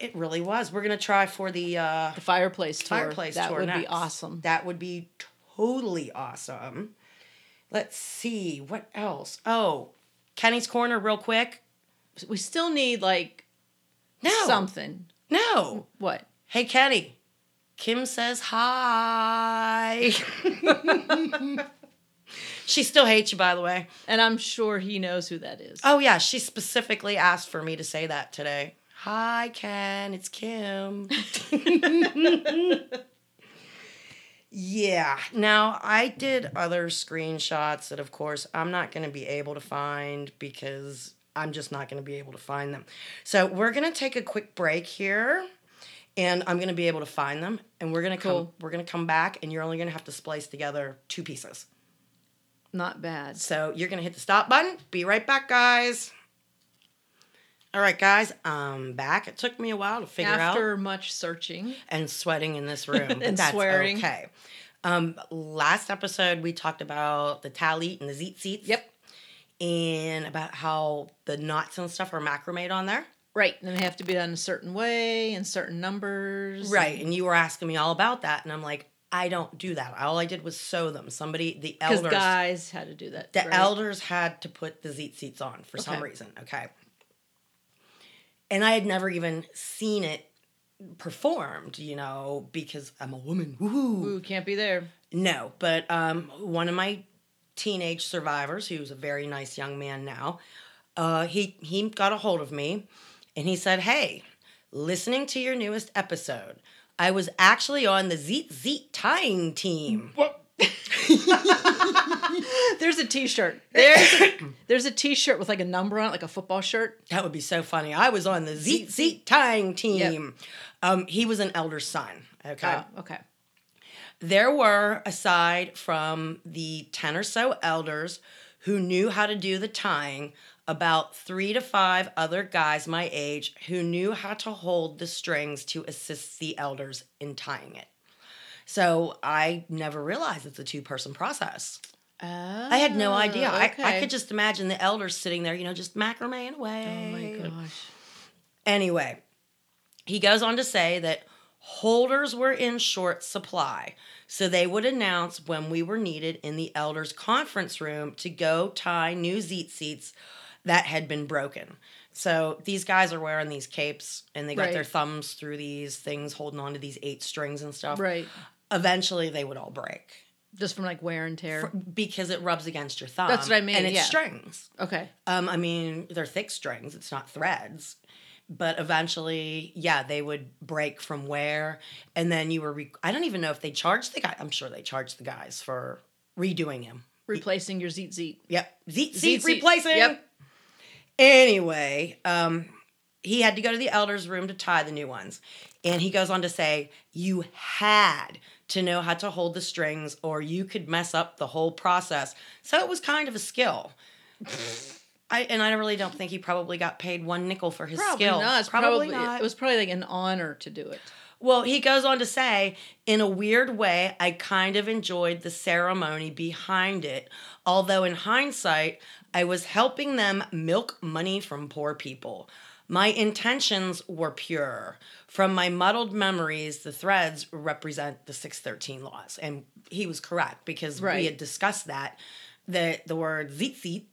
Speaker 2: It really was. We're going to try for the uh,
Speaker 1: The fireplace tour.
Speaker 2: fireplace
Speaker 1: that
Speaker 2: tour
Speaker 1: would be
Speaker 2: next.
Speaker 1: awesome.
Speaker 2: That would be totally awesome. Let's see what else. Oh, Kenny's Corner, real quick.
Speaker 1: We still need like
Speaker 2: No,
Speaker 1: something.
Speaker 2: no.
Speaker 1: What?
Speaker 2: Hey, Kenny. Kim says hi. she still hates you, by the way.
Speaker 1: And I'm sure he knows who that is.
Speaker 2: Oh yeah, she specifically asked for me to say that today. Hi, Ken. It's Kim. yeah. Now I did other screenshots that, of course, I'm not going to be able to find because I'm just not going to be able to find them. So we're going to take a quick break here, and I'm going to be able to find them, and we're going to come.
Speaker 1: Cool.
Speaker 2: We're going to come back, and you're only going to have to splice together two pieces.
Speaker 1: Not bad.
Speaker 2: So you're gonna hit the stop button. Be right back, guys. All right, guys, I'm back. It took me a while to figure out
Speaker 1: After much searching,
Speaker 2: and sweating in this room, but
Speaker 1: And
Speaker 2: that's
Speaker 1: swearing.
Speaker 2: okay. Um, last episode we talked about the talit and the zeet seats.
Speaker 1: Yep.
Speaker 2: And about how the knots and stuff are macrame on there.
Speaker 1: right? And they have to be done a certain way and certain numbers.
Speaker 2: Right. And you were asking me all about that, and I'm like, I don't do that. All I did was sew them. Somebody, the
Speaker 1: Because
Speaker 2: elders,
Speaker 1: guys had to do that.
Speaker 2: The
Speaker 1: right?
Speaker 2: elders had to put the zeet seats on for some
Speaker 1: Okay.
Speaker 2: reason. Okay. And I had never even seen it performed, you know, because I'm a woman. Woohoo.
Speaker 1: Ooh, can't be there.
Speaker 2: No, but um, one of my teenage survivors, who's a very nice young man now, uh, he he got a hold of me, and he said, "Hey, listening to your newest episode, I was actually on the Zeet Zeet tying team."
Speaker 1: There's a T-shirt. There's there's a T-shirt with like a number on it, like a football shirt.
Speaker 2: That would be so funny. I was on the Zeet Zeet tying team. Um, he was an elder son. Okay.
Speaker 1: Oh, okay.
Speaker 2: There were, aside from the 10 or so elders who knew how to do the tying, about three to five other guys my age who knew how to hold the strings to assist the elders in tying it. So I never realized it's a two person process.
Speaker 1: Oh
Speaker 2: I had no idea. I, I could just imagine the elders sitting there, you know, just macrameing away.
Speaker 1: Oh my gosh.
Speaker 2: Anyway, he goes on to say that holders were in short supply, so they would announce when we were needed in the elders' conference room to go tie new zeet seats that had been broken. So these guys are wearing these capes and they got
Speaker 1: Right.
Speaker 2: their thumbs through these things, holding on to these eight strings and stuff.
Speaker 1: Right.
Speaker 2: Eventually, they would all break
Speaker 1: Just from like wear and tear.
Speaker 2: because it rubs against your thumb.
Speaker 1: That's what I mean,
Speaker 2: And it's
Speaker 1: yeah.
Speaker 2: strings.
Speaker 1: okay.
Speaker 2: Um, I mean, they're thick strings, it's not threads. But eventually, yeah, they would break from wear. And then you were, re- I don't even know if they charged the guy. I'm sure they charged the guys for redoing him.
Speaker 1: Replacing your zeet zeet.
Speaker 2: Yep. Zeet,
Speaker 1: Zeet,
Speaker 2: zeet,
Speaker 1: zeet.
Speaker 2: replacing.
Speaker 1: Yep.
Speaker 2: Anyway, um, he had to go to the elders' room to tie the new ones. And he goes on to say, You had to know how to hold the strings, or you could mess up the whole process. So it was kind of a skill. I, and I really don't think he probably got paid one nickel for his
Speaker 1: Probably
Speaker 2: skill.
Speaker 1: not. It's Probably, It was probably like an honor to do it.
Speaker 2: Well, he goes on to say, in a weird way, I kind of enjoyed the ceremony behind it. Although, in hindsight, I was helping them milk money from poor people. My intentions were pure. From my muddled memories, the threads represent the 613 laws. And he was correct because
Speaker 1: Right.
Speaker 2: we had discussed that, that the word zitzit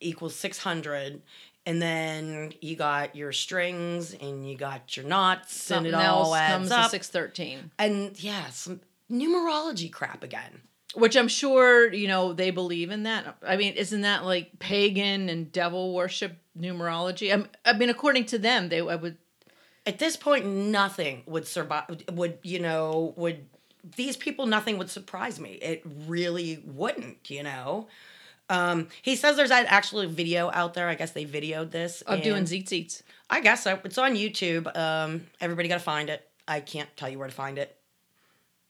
Speaker 2: equals 600. And then you got your strings and you got your knots and
Speaker 1: Something
Speaker 2: it all
Speaker 1: else
Speaker 2: adds
Speaker 1: comes
Speaker 2: up
Speaker 1: to six thirteen,
Speaker 2: and yeah, some numerology crap again.
Speaker 1: which I'm sure you know they believe in that. I mean, isn't that like pagan and devil worship numerology? I'm, I mean, according to them, they I would
Speaker 2: At this point, nothing would survive. Would you know? Would these people? Nothing would surprise me. It really wouldn't. You know. Um, he says there's that actually video out there. I guess they videoed this.
Speaker 1: of doing
Speaker 2: and-
Speaker 1: zitzites.
Speaker 2: I guess so. It's on YouTube. Um, everybody got to find it. I can't tell you where to find it.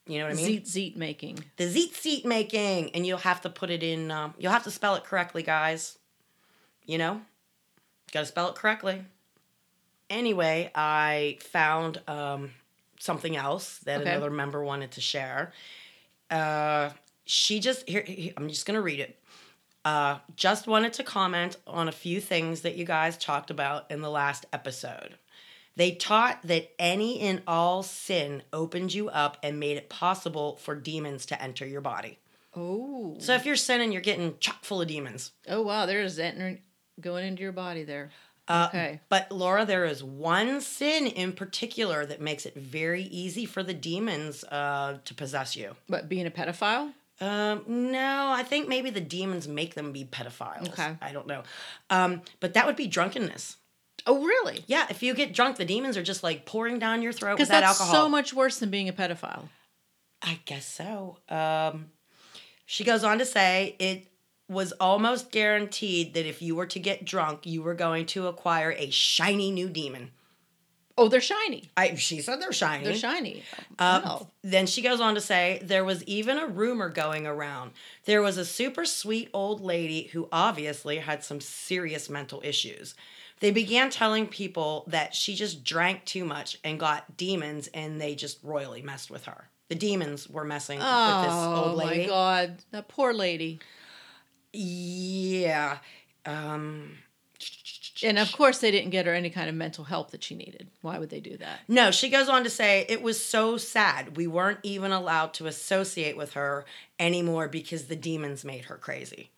Speaker 2: You know what I mean?
Speaker 1: Zeet zeet making.
Speaker 2: the zeet seat making, and you'll have to put it in. Um, you'll have to spell it correctly, guys. You know, got to spell it correctly. Anyway, I found um, something else that
Speaker 1: Okay.
Speaker 2: another member wanted to share. Uh, she just here. here- I'm just gonna read it. Uh, just wanted to comment on a few things that you guys talked about in the last episode. They taught that any and all sin opened you up and made it possible for demons to enter your body.
Speaker 1: Oh,
Speaker 2: So if you're sinning, you're getting chock full of demons.
Speaker 1: oh wow, there's entering going into your body there.
Speaker 2: Uh,
Speaker 1: Okay.
Speaker 2: But Laura, there is one sin in particular that makes it very easy for the demons uh, to possess you.
Speaker 1: But being a pedophile?
Speaker 2: Um, no, I think maybe the demons make them be pedophiles.
Speaker 1: Okay.
Speaker 2: I don't know. Um, but that would be drunkenness.
Speaker 1: Oh, really?
Speaker 2: Yeah, if you get drunk, the demons are just like pouring down your throat
Speaker 1: Because
Speaker 2: with
Speaker 1: that's
Speaker 2: that alcohol.
Speaker 1: so much worse than being a pedophile.
Speaker 2: I guess so. Um, she goes on to say it was almost guaranteed that if you were to get drunk, you were going to acquire a shiny new demon.
Speaker 1: Oh, they're shiny.
Speaker 2: I, she said they're shiny.
Speaker 1: They're shiny. Oh.
Speaker 2: Uh,
Speaker 1: Wow.
Speaker 2: Then she goes on to say there was even a rumor going around. There was a super sweet old lady who obviously had some serious mental issues. They began telling people that she just drank too much and got demons, and they just royally messed with her. The demons were messing with this
Speaker 1: Oh
Speaker 2: old lady.
Speaker 1: my god, that poor lady.
Speaker 2: Yeah. Um,
Speaker 1: And of course, they didn't get her any kind of mental help that she needed. Why would they do that?
Speaker 2: no, she goes on to say it was so sad. We weren't even allowed to associate with her anymore because the demons made her crazy.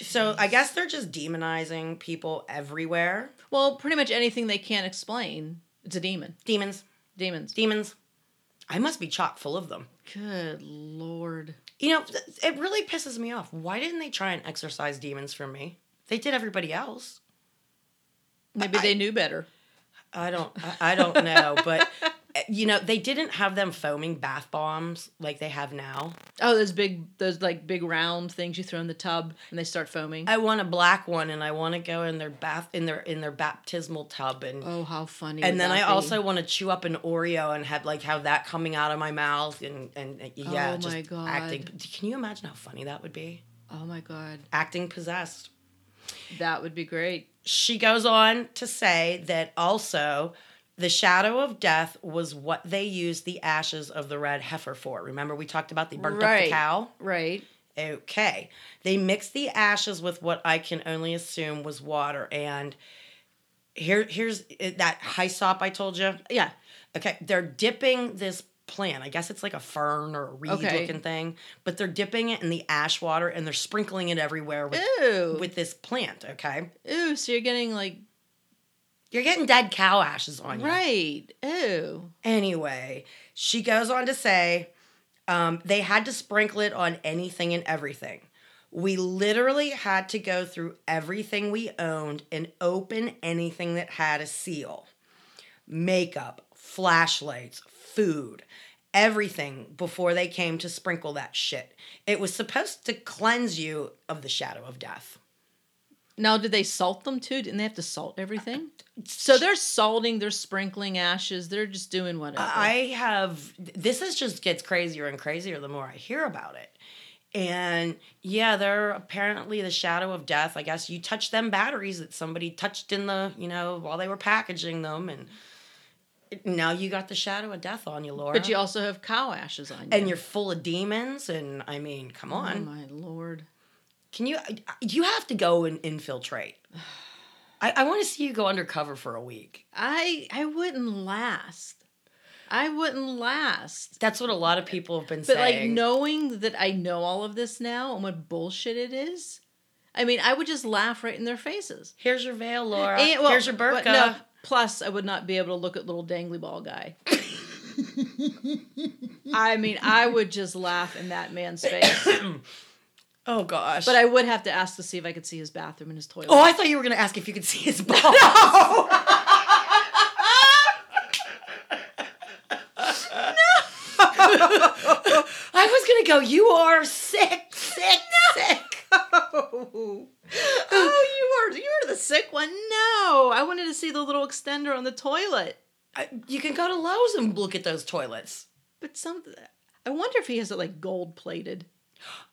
Speaker 2: So I guess they're just demonizing people everywhere.
Speaker 1: Well, pretty much anything they can't explain, it's a demon.
Speaker 2: Demons,
Speaker 1: Demons.
Speaker 2: demons. I must be chock full of them.
Speaker 1: Good lord.
Speaker 2: You know, th- it really pisses me off. Why didn't they try and exorcise demons from me? They did everybody else.
Speaker 1: Maybe they knew better.
Speaker 2: I don't I, I don't know, but uh, you know, they didn't have them foaming bath bombs like they have now.
Speaker 1: Oh, those big, those like big round things you throw in the tub and they start foaming.
Speaker 2: I want a black one and I want to go in their bath in their in their baptismal tub and
Speaker 1: oh, how funny.
Speaker 2: and
Speaker 1: would
Speaker 2: then
Speaker 1: that
Speaker 2: I
Speaker 1: be?
Speaker 2: also want to chew up an Oreo and have like have that coming out of my mouth and and, and, yeah,
Speaker 1: Oh
Speaker 2: just
Speaker 1: my God.
Speaker 2: acting. Can you imagine how funny that would be?
Speaker 1: Oh my god,
Speaker 2: Acting possessed.
Speaker 1: that would be great.
Speaker 2: she goes on to say that also the shadow of death was what they used the ashes of the red heifer for. Remember, we talked about they burnt up
Speaker 1: Right.
Speaker 2: the cow?
Speaker 1: Right.
Speaker 2: Okay. They mixed the ashes with what I can only assume was water. And here, here's eh, that hyssop I told you.
Speaker 1: Yeah.
Speaker 2: Okay, they're dipping this plant. I guess it's like a fern or a reed
Speaker 1: Okay.
Speaker 2: looking thing, but they're dipping it in the ash water and they're sprinkling it everywhere with,
Speaker 1: Ooh.
Speaker 2: with this plant. Okay.
Speaker 1: Ooh. So you're getting like
Speaker 2: You're getting dead cow ashes on you.
Speaker 1: right. Ooh.
Speaker 2: Anyway, she goes on to say um, they had to sprinkle it on anything and everything. We literally had to go through everything we owned and open anything that had a seal makeup, flashlights, food, everything before they came to sprinkle that shit. It was supposed to cleanse you of the shadow of death.
Speaker 1: Now, did they salt them too? Didn't they have to salt everything? So they're salting, they're sprinkling ashes, they're just doing whatever.
Speaker 2: I have this is just gets crazier and crazier the more I hear about it. And yeah, they're apparently the shadow of death. I guess you touch them batteries that somebody touched in the, you know, while they were packaging them and now you got the shadow of death on you, Laura.
Speaker 1: but you also have cow ashes on you.
Speaker 2: and you're full of demons and I mean, come
Speaker 1: oh
Speaker 2: on.
Speaker 1: my lord.
Speaker 2: Can you you have to go and infiltrate. I, I want to see you go undercover for a week.
Speaker 1: I I wouldn't last. I wouldn't last.
Speaker 2: That's what a lot of people have been
Speaker 1: But
Speaker 2: saying.
Speaker 1: like knowing that I know all of this now and what bullshit it is, I mean, I would just laugh right in their faces.
Speaker 2: Here's your veil, Laura.
Speaker 1: And- Eh, well,
Speaker 2: Here's your burqa.
Speaker 1: but no, plus, I would not be able to look at little dangly ball guy. I mean, I would just laugh in that man's face.
Speaker 2: Oh gosh.
Speaker 1: But I would have to ask to see if I could see his bathroom and his toilet.
Speaker 2: Oh, I thought you were gonna ask if you could see his balls. I was gonna go. You are sick, sick, sick.
Speaker 1: oh, you are you are the sick one. No, I wanted to see the little extender on the toilet.
Speaker 2: I- You can go to Lowe's and look at those toilets.
Speaker 1: But some, I wonder if he has it like gold plated.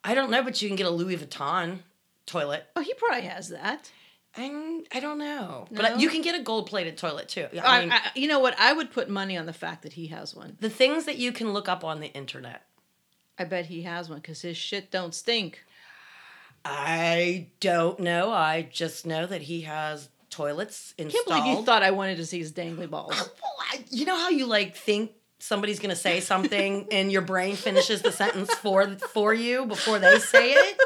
Speaker 2: I don't know, but you can get a Louis Vuitton toilet.
Speaker 1: Oh, he probably has that.
Speaker 2: And I don't know,
Speaker 1: No?
Speaker 2: but you can get a gold-plated toilet too. I
Speaker 1: I
Speaker 2: mean,
Speaker 1: I, you know what? I would put money on the fact that he has one.
Speaker 2: the things that you can look up on the internet.
Speaker 1: I bet he has one because his shit don't stink.
Speaker 2: I don't know. I just know that he has toilets
Speaker 1: I can't
Speaker 2: installed.
Speaker 1: believe you thought I wanted to see his dangly balls.
Speaker 2: Well, I- you know how you like think somebody's gonna say something and your brain finishes the sentence for for you before they say it.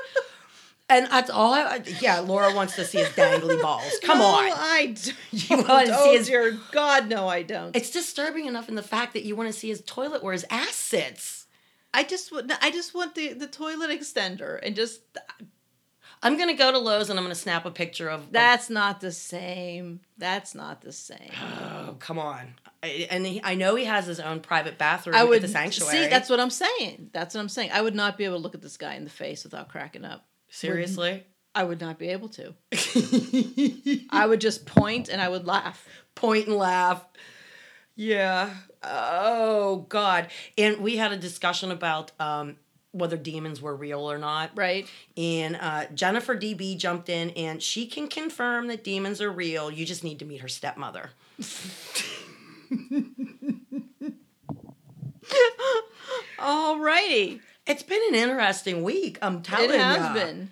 Speaker 2: And that's all. I, I- yeah, Laura wants to see his dangly balls. Come
Speaker 1: No,
Speaker 2: on,
Speaker 1: I do.
Speaker 2: you want to
Speaker 1: oh,
Speaker 2: see his.
Speaker 1: dear God, no, I don't.
Speaker 2: It's disturbing enough in the fact that you want to see his toilet where his ass sits.
Speaker 1: I just want, I just want the the toilet extender and just
Speaker 2: Oh. I'm gonna go to Lowe's and I'm gonna snap a picture of
Speaker 1: That's not the same. That's not the same.
Speaker 2: Oh, come on! I, and he, I know he has his own private bathroom
Speaker 1: I
Speaker 2: at
Speaker 1: would
Speaker 2: the sanctuary.
Speaker 1: see. That's what I'm saying. That's what I'm saying. I would not be able to look at this guy in the face without cracking up.
Speaker 2: seriously.
Speaker 1: I would not be able to. I would just point and I would laugh.
Speaker 2: point and laugh. Yeah. Oh God. And we had a discussion about um, whether demons were real or not.
Speaker 1: Right?
Speaker 2: And uh, Jennifer DB jumped in, and she can confirm that demons are real. You just need to meet her stepmother.
Speaker 1: Alrighty.
Speaker 2: It's been an interesting week. I'm telling
Speaker 1: It
Speaker 2: you.
Speaker 1: has been.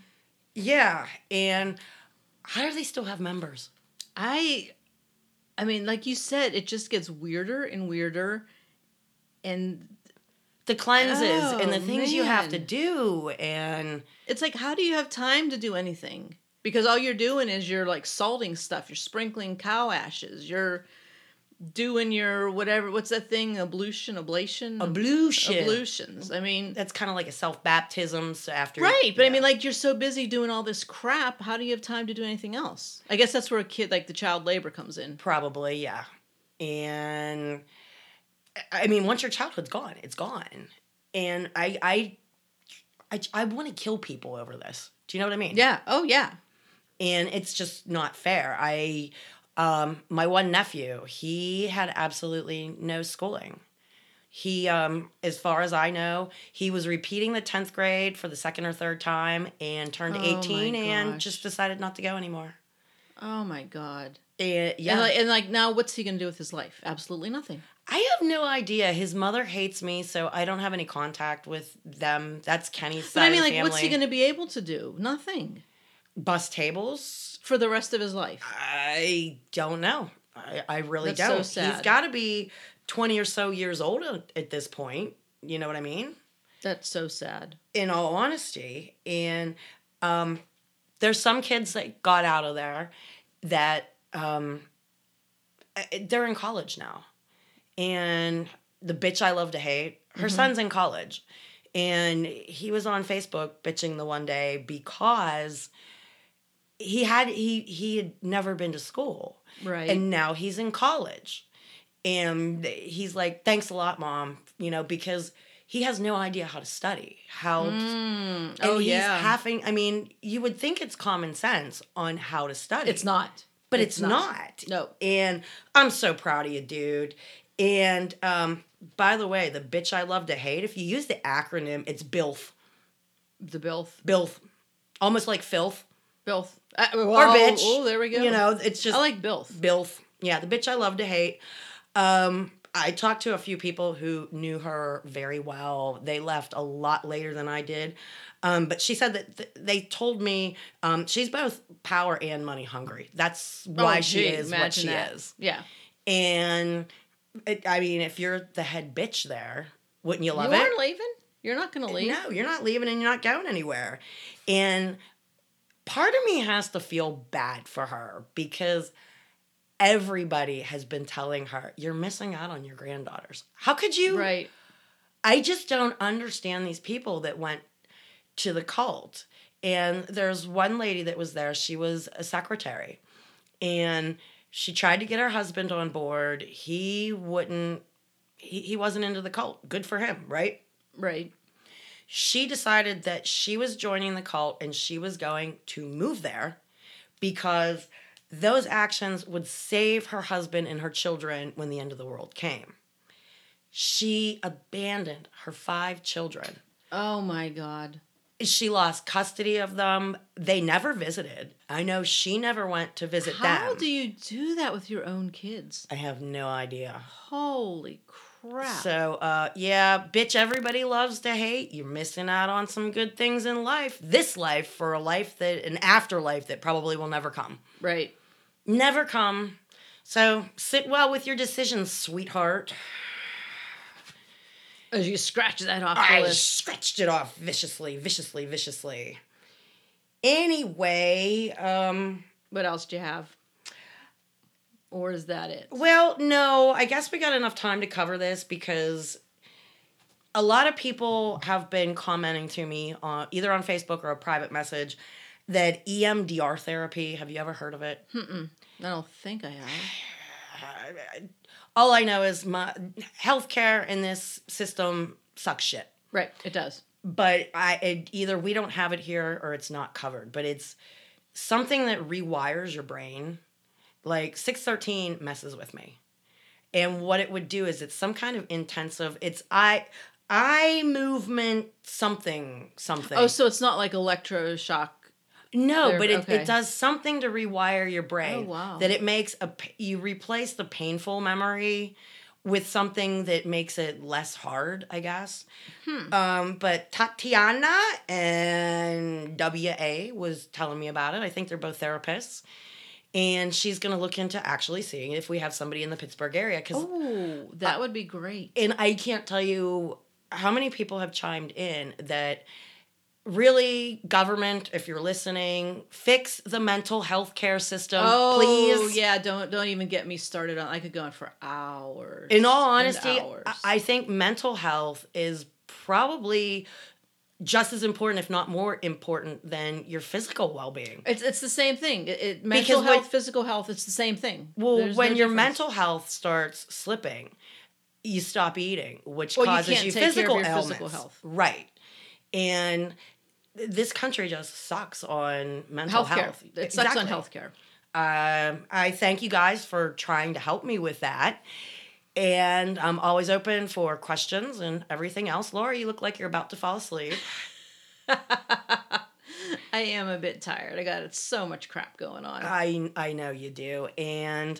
Speaker 2: Yeah. And how do they still have members?
Speaker 1: I I mean, like you said, it just gets weirder and weirder. And
Speaker 2: The cleanses and the
Speaker 1: Oh,
Speaker 2: things you have to
Speaker 1: man.
Speaker 2: do, and
Speaker 1: it's like how do you have time to do anything because all you're doing is you're like salting stuff you're sprinkling cow ashes you're doing your whatever what's that thing ablution ablation
Speaker 2: ablution.
Speaker 1: ablutions i mean
Speaker 2: That's kind of like a self baptism. So after
Speaker 1: right but i
Speaker 2: Yeah.
Speaker 1: mean like you're so busy doing all this crap how do you have time to do anything else i guess that's where a kid like the child labor comes in
Speaker 2: Probably, yeah. And I mean, once your childhood's gone, it's gone. And I, I, I, I want to kill people over this. Do you know what I mean?
Speaker 1: yeah oh yeah
Speaker 2: And it's just not fair. I, um, my one nephew, he had absolutely no schooling. He, um, as far as I know, he was repeating the tenth grade for the second or third time, and turned
Speaker 1: Oh my
Speaker 2: eighteen, and
Speaker 1: gosh.
Speaker 2: just decided not to go anymore.
Speaker 1: oh my god
Speaker 2: And, yeah,
Speaker 1: Eh, yeah and like, and like now what's he gonna do with his life absolutely nothing
Speaker 2: I have no idea. His mother hates me, so I don't have any contact with them. That's Kenny's side.
Speaker 1: but i mean
Speaker 2: of the
Speaker 1: like what's he
Speaker 2: family.
Speaker 1: gonna be able to do nothing
Speaker 2: bus tables?
Speaker 1: for the rest of his life
Speaker 2: I don't know. I, I really
Speaker 1: That's so
Speaker 2: don't. He's
Speaker 1: sad.
Speaker 2: got to be twenty or so years old at- at this point. You know what I mean?
Speaker 1: that's so sad
Speaker 2: In all honesty, and um, there's some kids that got out of there that um, uh, they're in college now. And the bitch I love to hate, her son's in college. And he was on Facebook bitching the one day because he had he he had never been to school.
Speaker 1: Right.
Speaker 2: And now he's in college. And he's like, "Thanks a lot, mom," you know, because he has no idea how to study, how
Speaker 1: Mm.
Speaker 2: and
Speaker 1: Oh
Speaker 2: he's
Speaker 1: yeah.
Speaker 2: having I mean, you would think it's common sense on how to study.
Speaker 1: it's not.
Speaker 2: But it's, not.
Speaker 1: No.
Speaker 2: And I'm so proud of you, dude. And um, by the way, the bitch I love to hate, if you use the acronym, it's BILF.
Speaker 1: The bilth.
Speaker 2: BILF. Almost like filth
Speaker 1: Bilth. Uh,
Speaker 2: or
Speaker 1: well,
Speaker 2: bitch.
Speaker 1: Oh, there we go.
Speaker 2: You know, it's just
Speaker 1: I like bilth.
Speaker 2: Bilf. Yeah, the bitch I love to hate. Um, I talked to a few people who knew her very well. They left a lot later than I did. Um, but she said that th- they told me um, she's both power and money hungry. That's why
Speaker 1: Oh,
Speaker 2: she
Speaker 1: gee,
Speaker 2: is what
Speaker 1: imagine
Speaker 2: she
Speaker 1: that.
Speaker 2: is.
Speaker 1: Yeah.
Speaker 2: And it, I mean, if you're the head bitch there, wouldn't you love
Speaker 1: you
Speaker 2: it?
Speaker 1: aren't leaving. You're not gonna leave.
Speaker 2: No, you're not leaving and you're not going anywhere. And part of me has to feel bad for her because everybody has been telling her, you're missing out on your granddaughters. How could you?
Speaker 1: Right.
Speaker 2: I just don't understand these people that went to the cult. And there's one lady that was there, she was a secretary. And she tried to get her husband on board. He wouldn't, he, he wasn't into the cult. Good for him, right?
Speaker 1: Right.
Speaker 2: she decided that she was joining the cult and she was going to move there because those actions would save her husband and her children when the end of the world came. She abandoned her five children.
Speaker 1: Oh my God.
Speaker 2: She lost custody of them. They never visited. I know she never went to visit
Speaker 1: How
Speaker 2: them.
Speaker 1: do you do that with your own kids?
Speaker 2: I have no idea.
Speaker 1: Holy crap.
Speaker 2: So, uh, yeah, bitch, everybody loves to hate. You're missing out on some good things in life. This life for a life that, an afterlife that probably will never come.
Speaker 1: right.
Speaker 2: Never come. So, sit well with your decisions, sweetheart.
Speaker 1: As you scratch that off the
Speaker 2: I
Speaker 1: list.
Speaker 2: scratched it off viciously, viciously, viciously. Anyway, um,
Speaker 1: What else do you have? Or is that it?
Speaker 2: Well, no, I guess we got enough time to cover this because a lot of people have been commenting to me on either on Facebook or a private message that E EMDR therapy. Have you ever heard of it?
Speaker 1: I don't think I have.
Speaker 2: All I know is my healthcare in this system sucks shit.
Speaker 1: Right, it does.
Speaker 2: But I it, either we don't have it here or it's not covered. But it's something that rewires your brain. Like 613 messes with me. and what it would do is it's some kind of intensive it's eye eye movement something something
Speaker 1: Oh, so it's not like electroshock.
Speaker 2: no
Speaker 1: there-
Speaker 2: but it,
Speaker 1: okay.
Speaker 2: it does something to rewire your brain
Speaker 1: Oh, wow.
Speaker 2: that it makes a p- you replace the painful memory with something that makes it less hard i guess
Speaker 1: Hmm.
Speaker 2: um, but tatiana and wa was telling me about it i think they're both therapists and she's going to look into actually seeing if we have somebody in the pittsburgh area because
Speaker 1: Oh, that would be great.
Speaker 2: and I can't tell you how many people have chimed in that really government if you're listening fix the mental health care system
Speaker 1: Um,
Speaker 2: please
Speaker 1: Oh, yeah, don't don't even get me started on. I could go on for hours.
Speaker 2: in all
Speaker 1: and
Speaker 2: honesty
Speaker 1: hours.
Speaker 2: I- i think mental health is probably just as important if not more important than your physical well-being
Speaker 1: it's it's the same thing. It, it- mental
Speaker 2: Because
Speaker 1: health,
Speaker 2: when-
Speaker 1: physical health, it's the same thing.
Speaker 2: well
Speaker 1: There's no
Speaker 2: when your
Speaker 1: difference.
Speaker 2: mental health starts slipping you stop eating which
Speaker 1: Well, you
Speaker 2: causes
Speaker 1: can't
Speaker 2: you,
Speaker 1: take care of
Speaker 2: physical
Speaker 1: your
Speaker 2: ailments
Speaker 1: physical health.
Speaker 2: right and th- this country just sucks on mental
Speaker 1: healthcare,
Speaker 2: health
Speaker 1: it sucks on
Speaker 2: Exactly.
Speaker 1: healthcare.
Speaker 2: um, i thank you guys for trying to help me with that and i'm always open for questions and everything else laura you look like you're about to fall asleep
Speaker 1: I am a bit tired. I got so much crap going on.
Speaker 2: I I know you do, and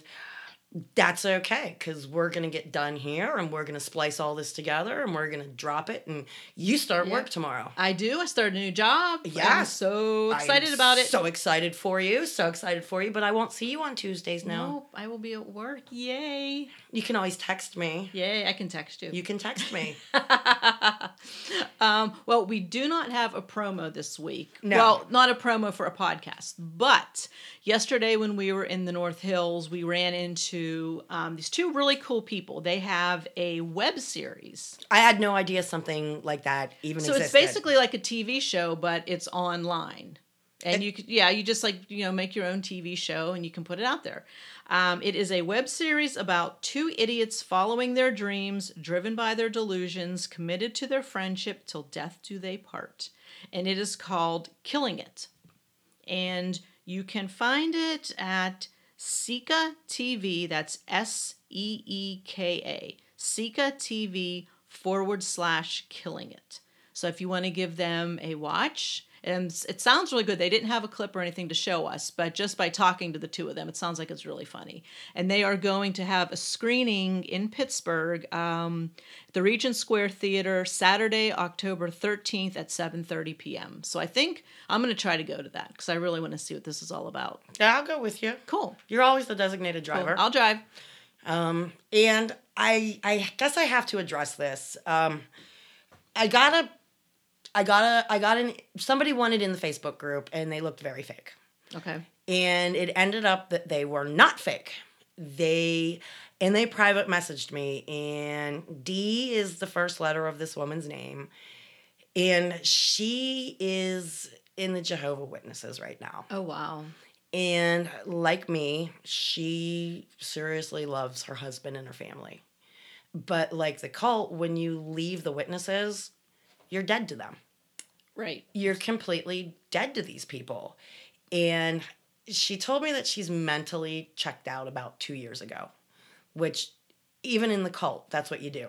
Speaker 2: that's okay because we're gonna get done here, and we're gonna splice all this together, and we're gonna drop it, and you start
Speaker 1: Yeah.
Speaker 2: work tomorrow.
Speaker 1: I do. I started a new job. I'm
Speaker 2: Yeah.
Speaker 1: so excited
Speaker 2: I'm
Speaker 1: about it.
Speaker 2: So excited for you. So excited for you. But I won't see you on Tuesdays now.
Speaker 1: Nope, I will be at work. Yay.
Speaker 2: You can always text me.
Speaker 1: Yay, I can text you.
Speaker 2: You can text me.
Speaker 1: um, well, we do not have a promo this week.
Speaker 2: No.
Speaker 1: Well, not a promo for a podcast, but yesterday when we were in the North Hills, we ran into um, these two really cool people. They have a web series.
Speaker 2: I had no idea something like that even
Speaker 1: So
Speaker 2: existed.
Speaker 1: it's basically like a TV show, but it's online. and you could yeah you just like you know make your own tv show and you can put it out there um, it is a web series about two idiots following their dreams driven by their delusions committed to their friendship till death do they part and it is called killing it and you can find it at Sika TV. That's S E E K A. Sika TV forward slash killing it. So if you want to give them a watch, and s- it sounds really good. They didn't have a clip or anything to show us, but just by talking to the two of them, it sounds like it's really funny. And they are going to have a screening in Pittsburgh, um, at the Regent Square Theater, Saturday, October 13th at 7:30 p.m. So I think I'm going to try to go to that because I really want to see what this is all about.
Speaker 2: Yeah, I'll go with you.
Speaker 1: Cool.
Speaker 2: You're always the designated
Speaker 1: Cool.
Speaker 2: driver.
Speaker 1: I'll drive.
Speaker 2: Um, and I I guess I have to address this. Um, I got a I got a I got an somebody wanted in the Facebook group and they looked very fake.
Speaker 1: Okay.
Speaker 2: And it ended up that they were not fake. They and they private messaged me and D is the first letter of this woman's name. And she is in the Jehovah Witnesses right now.
Speaker 1: Oh wow.
Speaker 2: And like me, she seriously loves her husband and her family. But like the cult, when you leave the witnesses, you're dead to them.
Speaker 1: Right.
Speaker 2: You're completely dead to these people. And she told me that she's mentally checked out about two years ago, which even in the cult, that's what you do.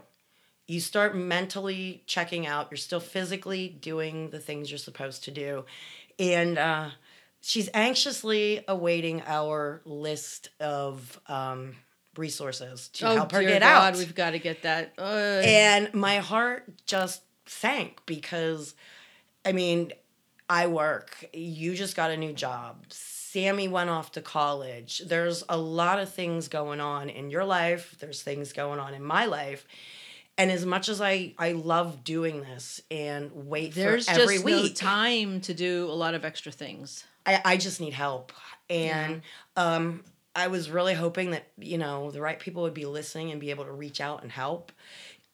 Speaker 2: You start mentally checking out, you're still physically doing the things you're supposed to do. And uh, she's anxiously awaiting our list of um, resources to
Speaker 1: oh
Speaker 2: help her
Speaker 1: dear
Speaker 2: get
Speaker 1: God,
Speaker 2: out.
Speaker 1: we've got to get that. Uh,
Speaker 2: And my heart just sank because, I mean, I work. You just got a new job. Sammy went off to college. There's a lot of things going on in your life. There's things going on in my life. And as much as I, I love doing this and wait
Speaker 1: there's
Speaker 2: for every
Speaker 1: just no
Speaker 2: week,
Speaker 1: time to do a lot of extra things.
Speaker 2: I, I just need help. And um, I was really hoping that, you know, the right people would be listening and be able to reach out and help.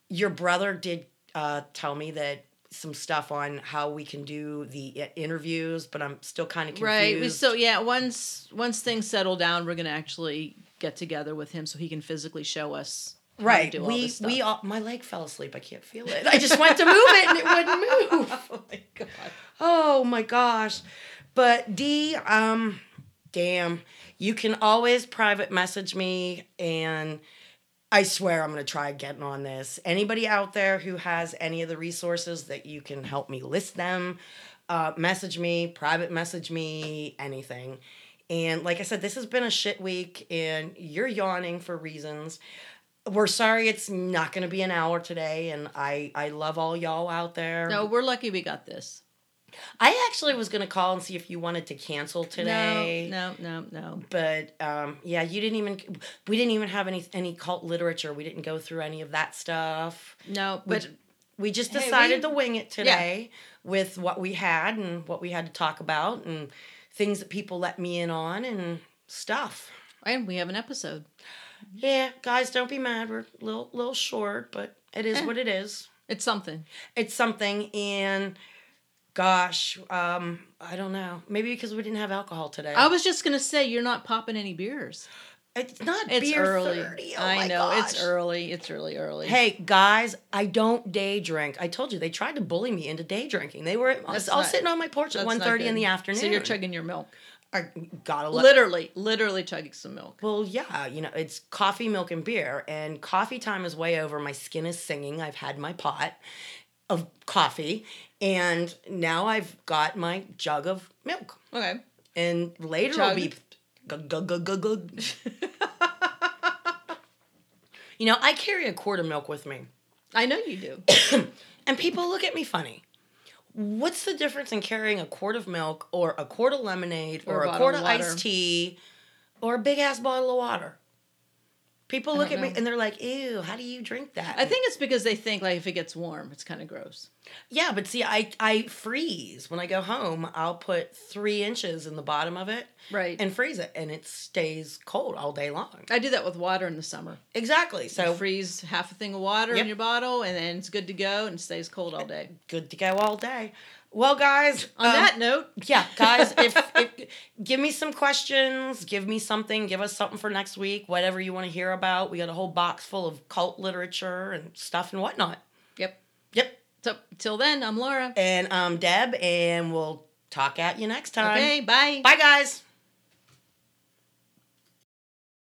Speaker 2: Your brother did uh, tell me that some stuff on how we can do the i- interviews, but I'm still kind of confused.
Speaker 1: Right. We- So yeah, once once things settle down, we're gonna actually get together with him so he can physically show us. how to
Speaker 2: Right.
Speaker 1: do all
Speaker 2: we
Speaker 1: this stuff.
Speaker 2: we all, my leg fell asleep. I can't feel it. I just went to move it and it wouldn't move.
Speaker 1: Oh my god.
Speaker 2: Oh my gosh. But D, um, damn, you can always private message me and I swear I'm gonna try getting on this. Anybody out there who has any of the resources that you can help me list them, uh, message me, private message me, anything. And like I said, this has been a shit week and you're yawning for reasons. We're sorry it's not gonna be an hour today, and I I love all y'all out there.
Speaker 1: No, we're lucky we got this.
Speaker 2: I actually was gonna call and see if you wanted to cancel today.
Speaker 1: No, no, no, no.
Speaker 2: But um, yeah, you didn't even. We didn't even have any any cult literature. We didn't go through any of that stuff.
Speaker 1: No,
Speaker 2: We
Speaker 1: but
Speaker 2: j- we just
Speaker 1: Hey,
Speaker 2: decided
Speaker 1: we-
Speaker 2: to wing it today with what we had and what we had to talk about and things that people let me in on and stuff.
Speaker 1: and we have an episode.
Speaker 2: Yeah, guys, don't be mad. We're a little little short, but it is
Speaker 1: Eh.
Speaker 2: what it is.
Speaker 1: It's something.
Speaker 2: it's something and gosh um i don't know maybe because we didn't have alcohol today
Speaker 1: I was just gonna say you're not popping any beers.
Speaker 2: it's not
Speaker 1: It's
Speaker 2: beer
Speaker 1: early.
Speaker 2: 30, oh
Speaker 1: I
Speaker 2: my
Speaker 1: know it's
Speaker 2: gosh.
Speaker 1: early. It's really early.
Speaker 2: hey guys i don't day drink i told you they tried to bully me into day drinking they were i was
Speaker 1: That's
Speaker 2: all
Speaker 1: not-
Speaker 2: sitting on my porch at
Speaker 1: That's
Speaker 2: 1.30
Speaker 1: not
Speaker 2: in
Speaker 1: good.
Speaker 2: the afternoon
Speaker 1: So you're chugging your milk.
Speaker 2: i gotta let
Speaker 1: Literally, literally chugging some milk.
Speaker 2: well yeah you know it's coffee milk and beer and coffee time is way over my skin is singing i've had my pot of coffee and now i've got my jug of milk
Speaker 1: Okay.
Speaker 2: and later
Speaker 1: Chug.
Speaker 2: I'll be gug, gug, gug, gug, gug. you know, I carry a quart of milk with me,
Speaker 1: I know you do.
Speaker 2: and people look at me funny. What's the difference in carrying a quart of milk or a quart of lemonade
Speaker 1: Or
Speaker 2: or,
Speaker 1: a
Speaker 2: a
Speaker 1: bottle
Speaker 2: quart
Speaker 1: of
Speaker 2: of
Speaker 1: water.
Speaker 2: iced tea or a big ass bottle of water? People
Speaker 1: I
Speaker 2: look at
Speaker 1: don't
Speaker 2: me
Speaker 1: know.
Speaker 2: and they're like, "Ew, how do you drink that?"
Speaker 1: I think it's because they think like if it gets warm, it's kind of gross.
Speaker 2: yeah, but see, I I freeze when I go home. I'll put three inches in the bottom of it
Speaker 1: Right. And
Speaker 2: and freeze it, and it stays cold all day long.
Speaker 1: I do that with water in the summer.
Speaker 2: Exactly.
Speaker 1: So
Speaker 2: So
Speaker 1: freeze half a thing of water in
Speaker 2: Yep.
Speaker 1: your bottle, and then it's good to go and stays cold all day.
Speaker 2: good to go all day. Well, guys,
Speaker 1: On
Speaker 2: um,
Speaker 1: that note,
Speaker 2: yeah, guys, if, if give me some questions, give me something, give us something for next week, whatever you want to hear about. We got a whole box full of cult literature and stuff and whatnot.
Speaker 1: yep.
Speaker 2: Yep,
Speaker 1: So till then, I'm Laura.
Speaker 2: and um, Deb, and we'll talk at you next time.
Speaker 1: Okay, bye.
Speaker 2: Bye, guys.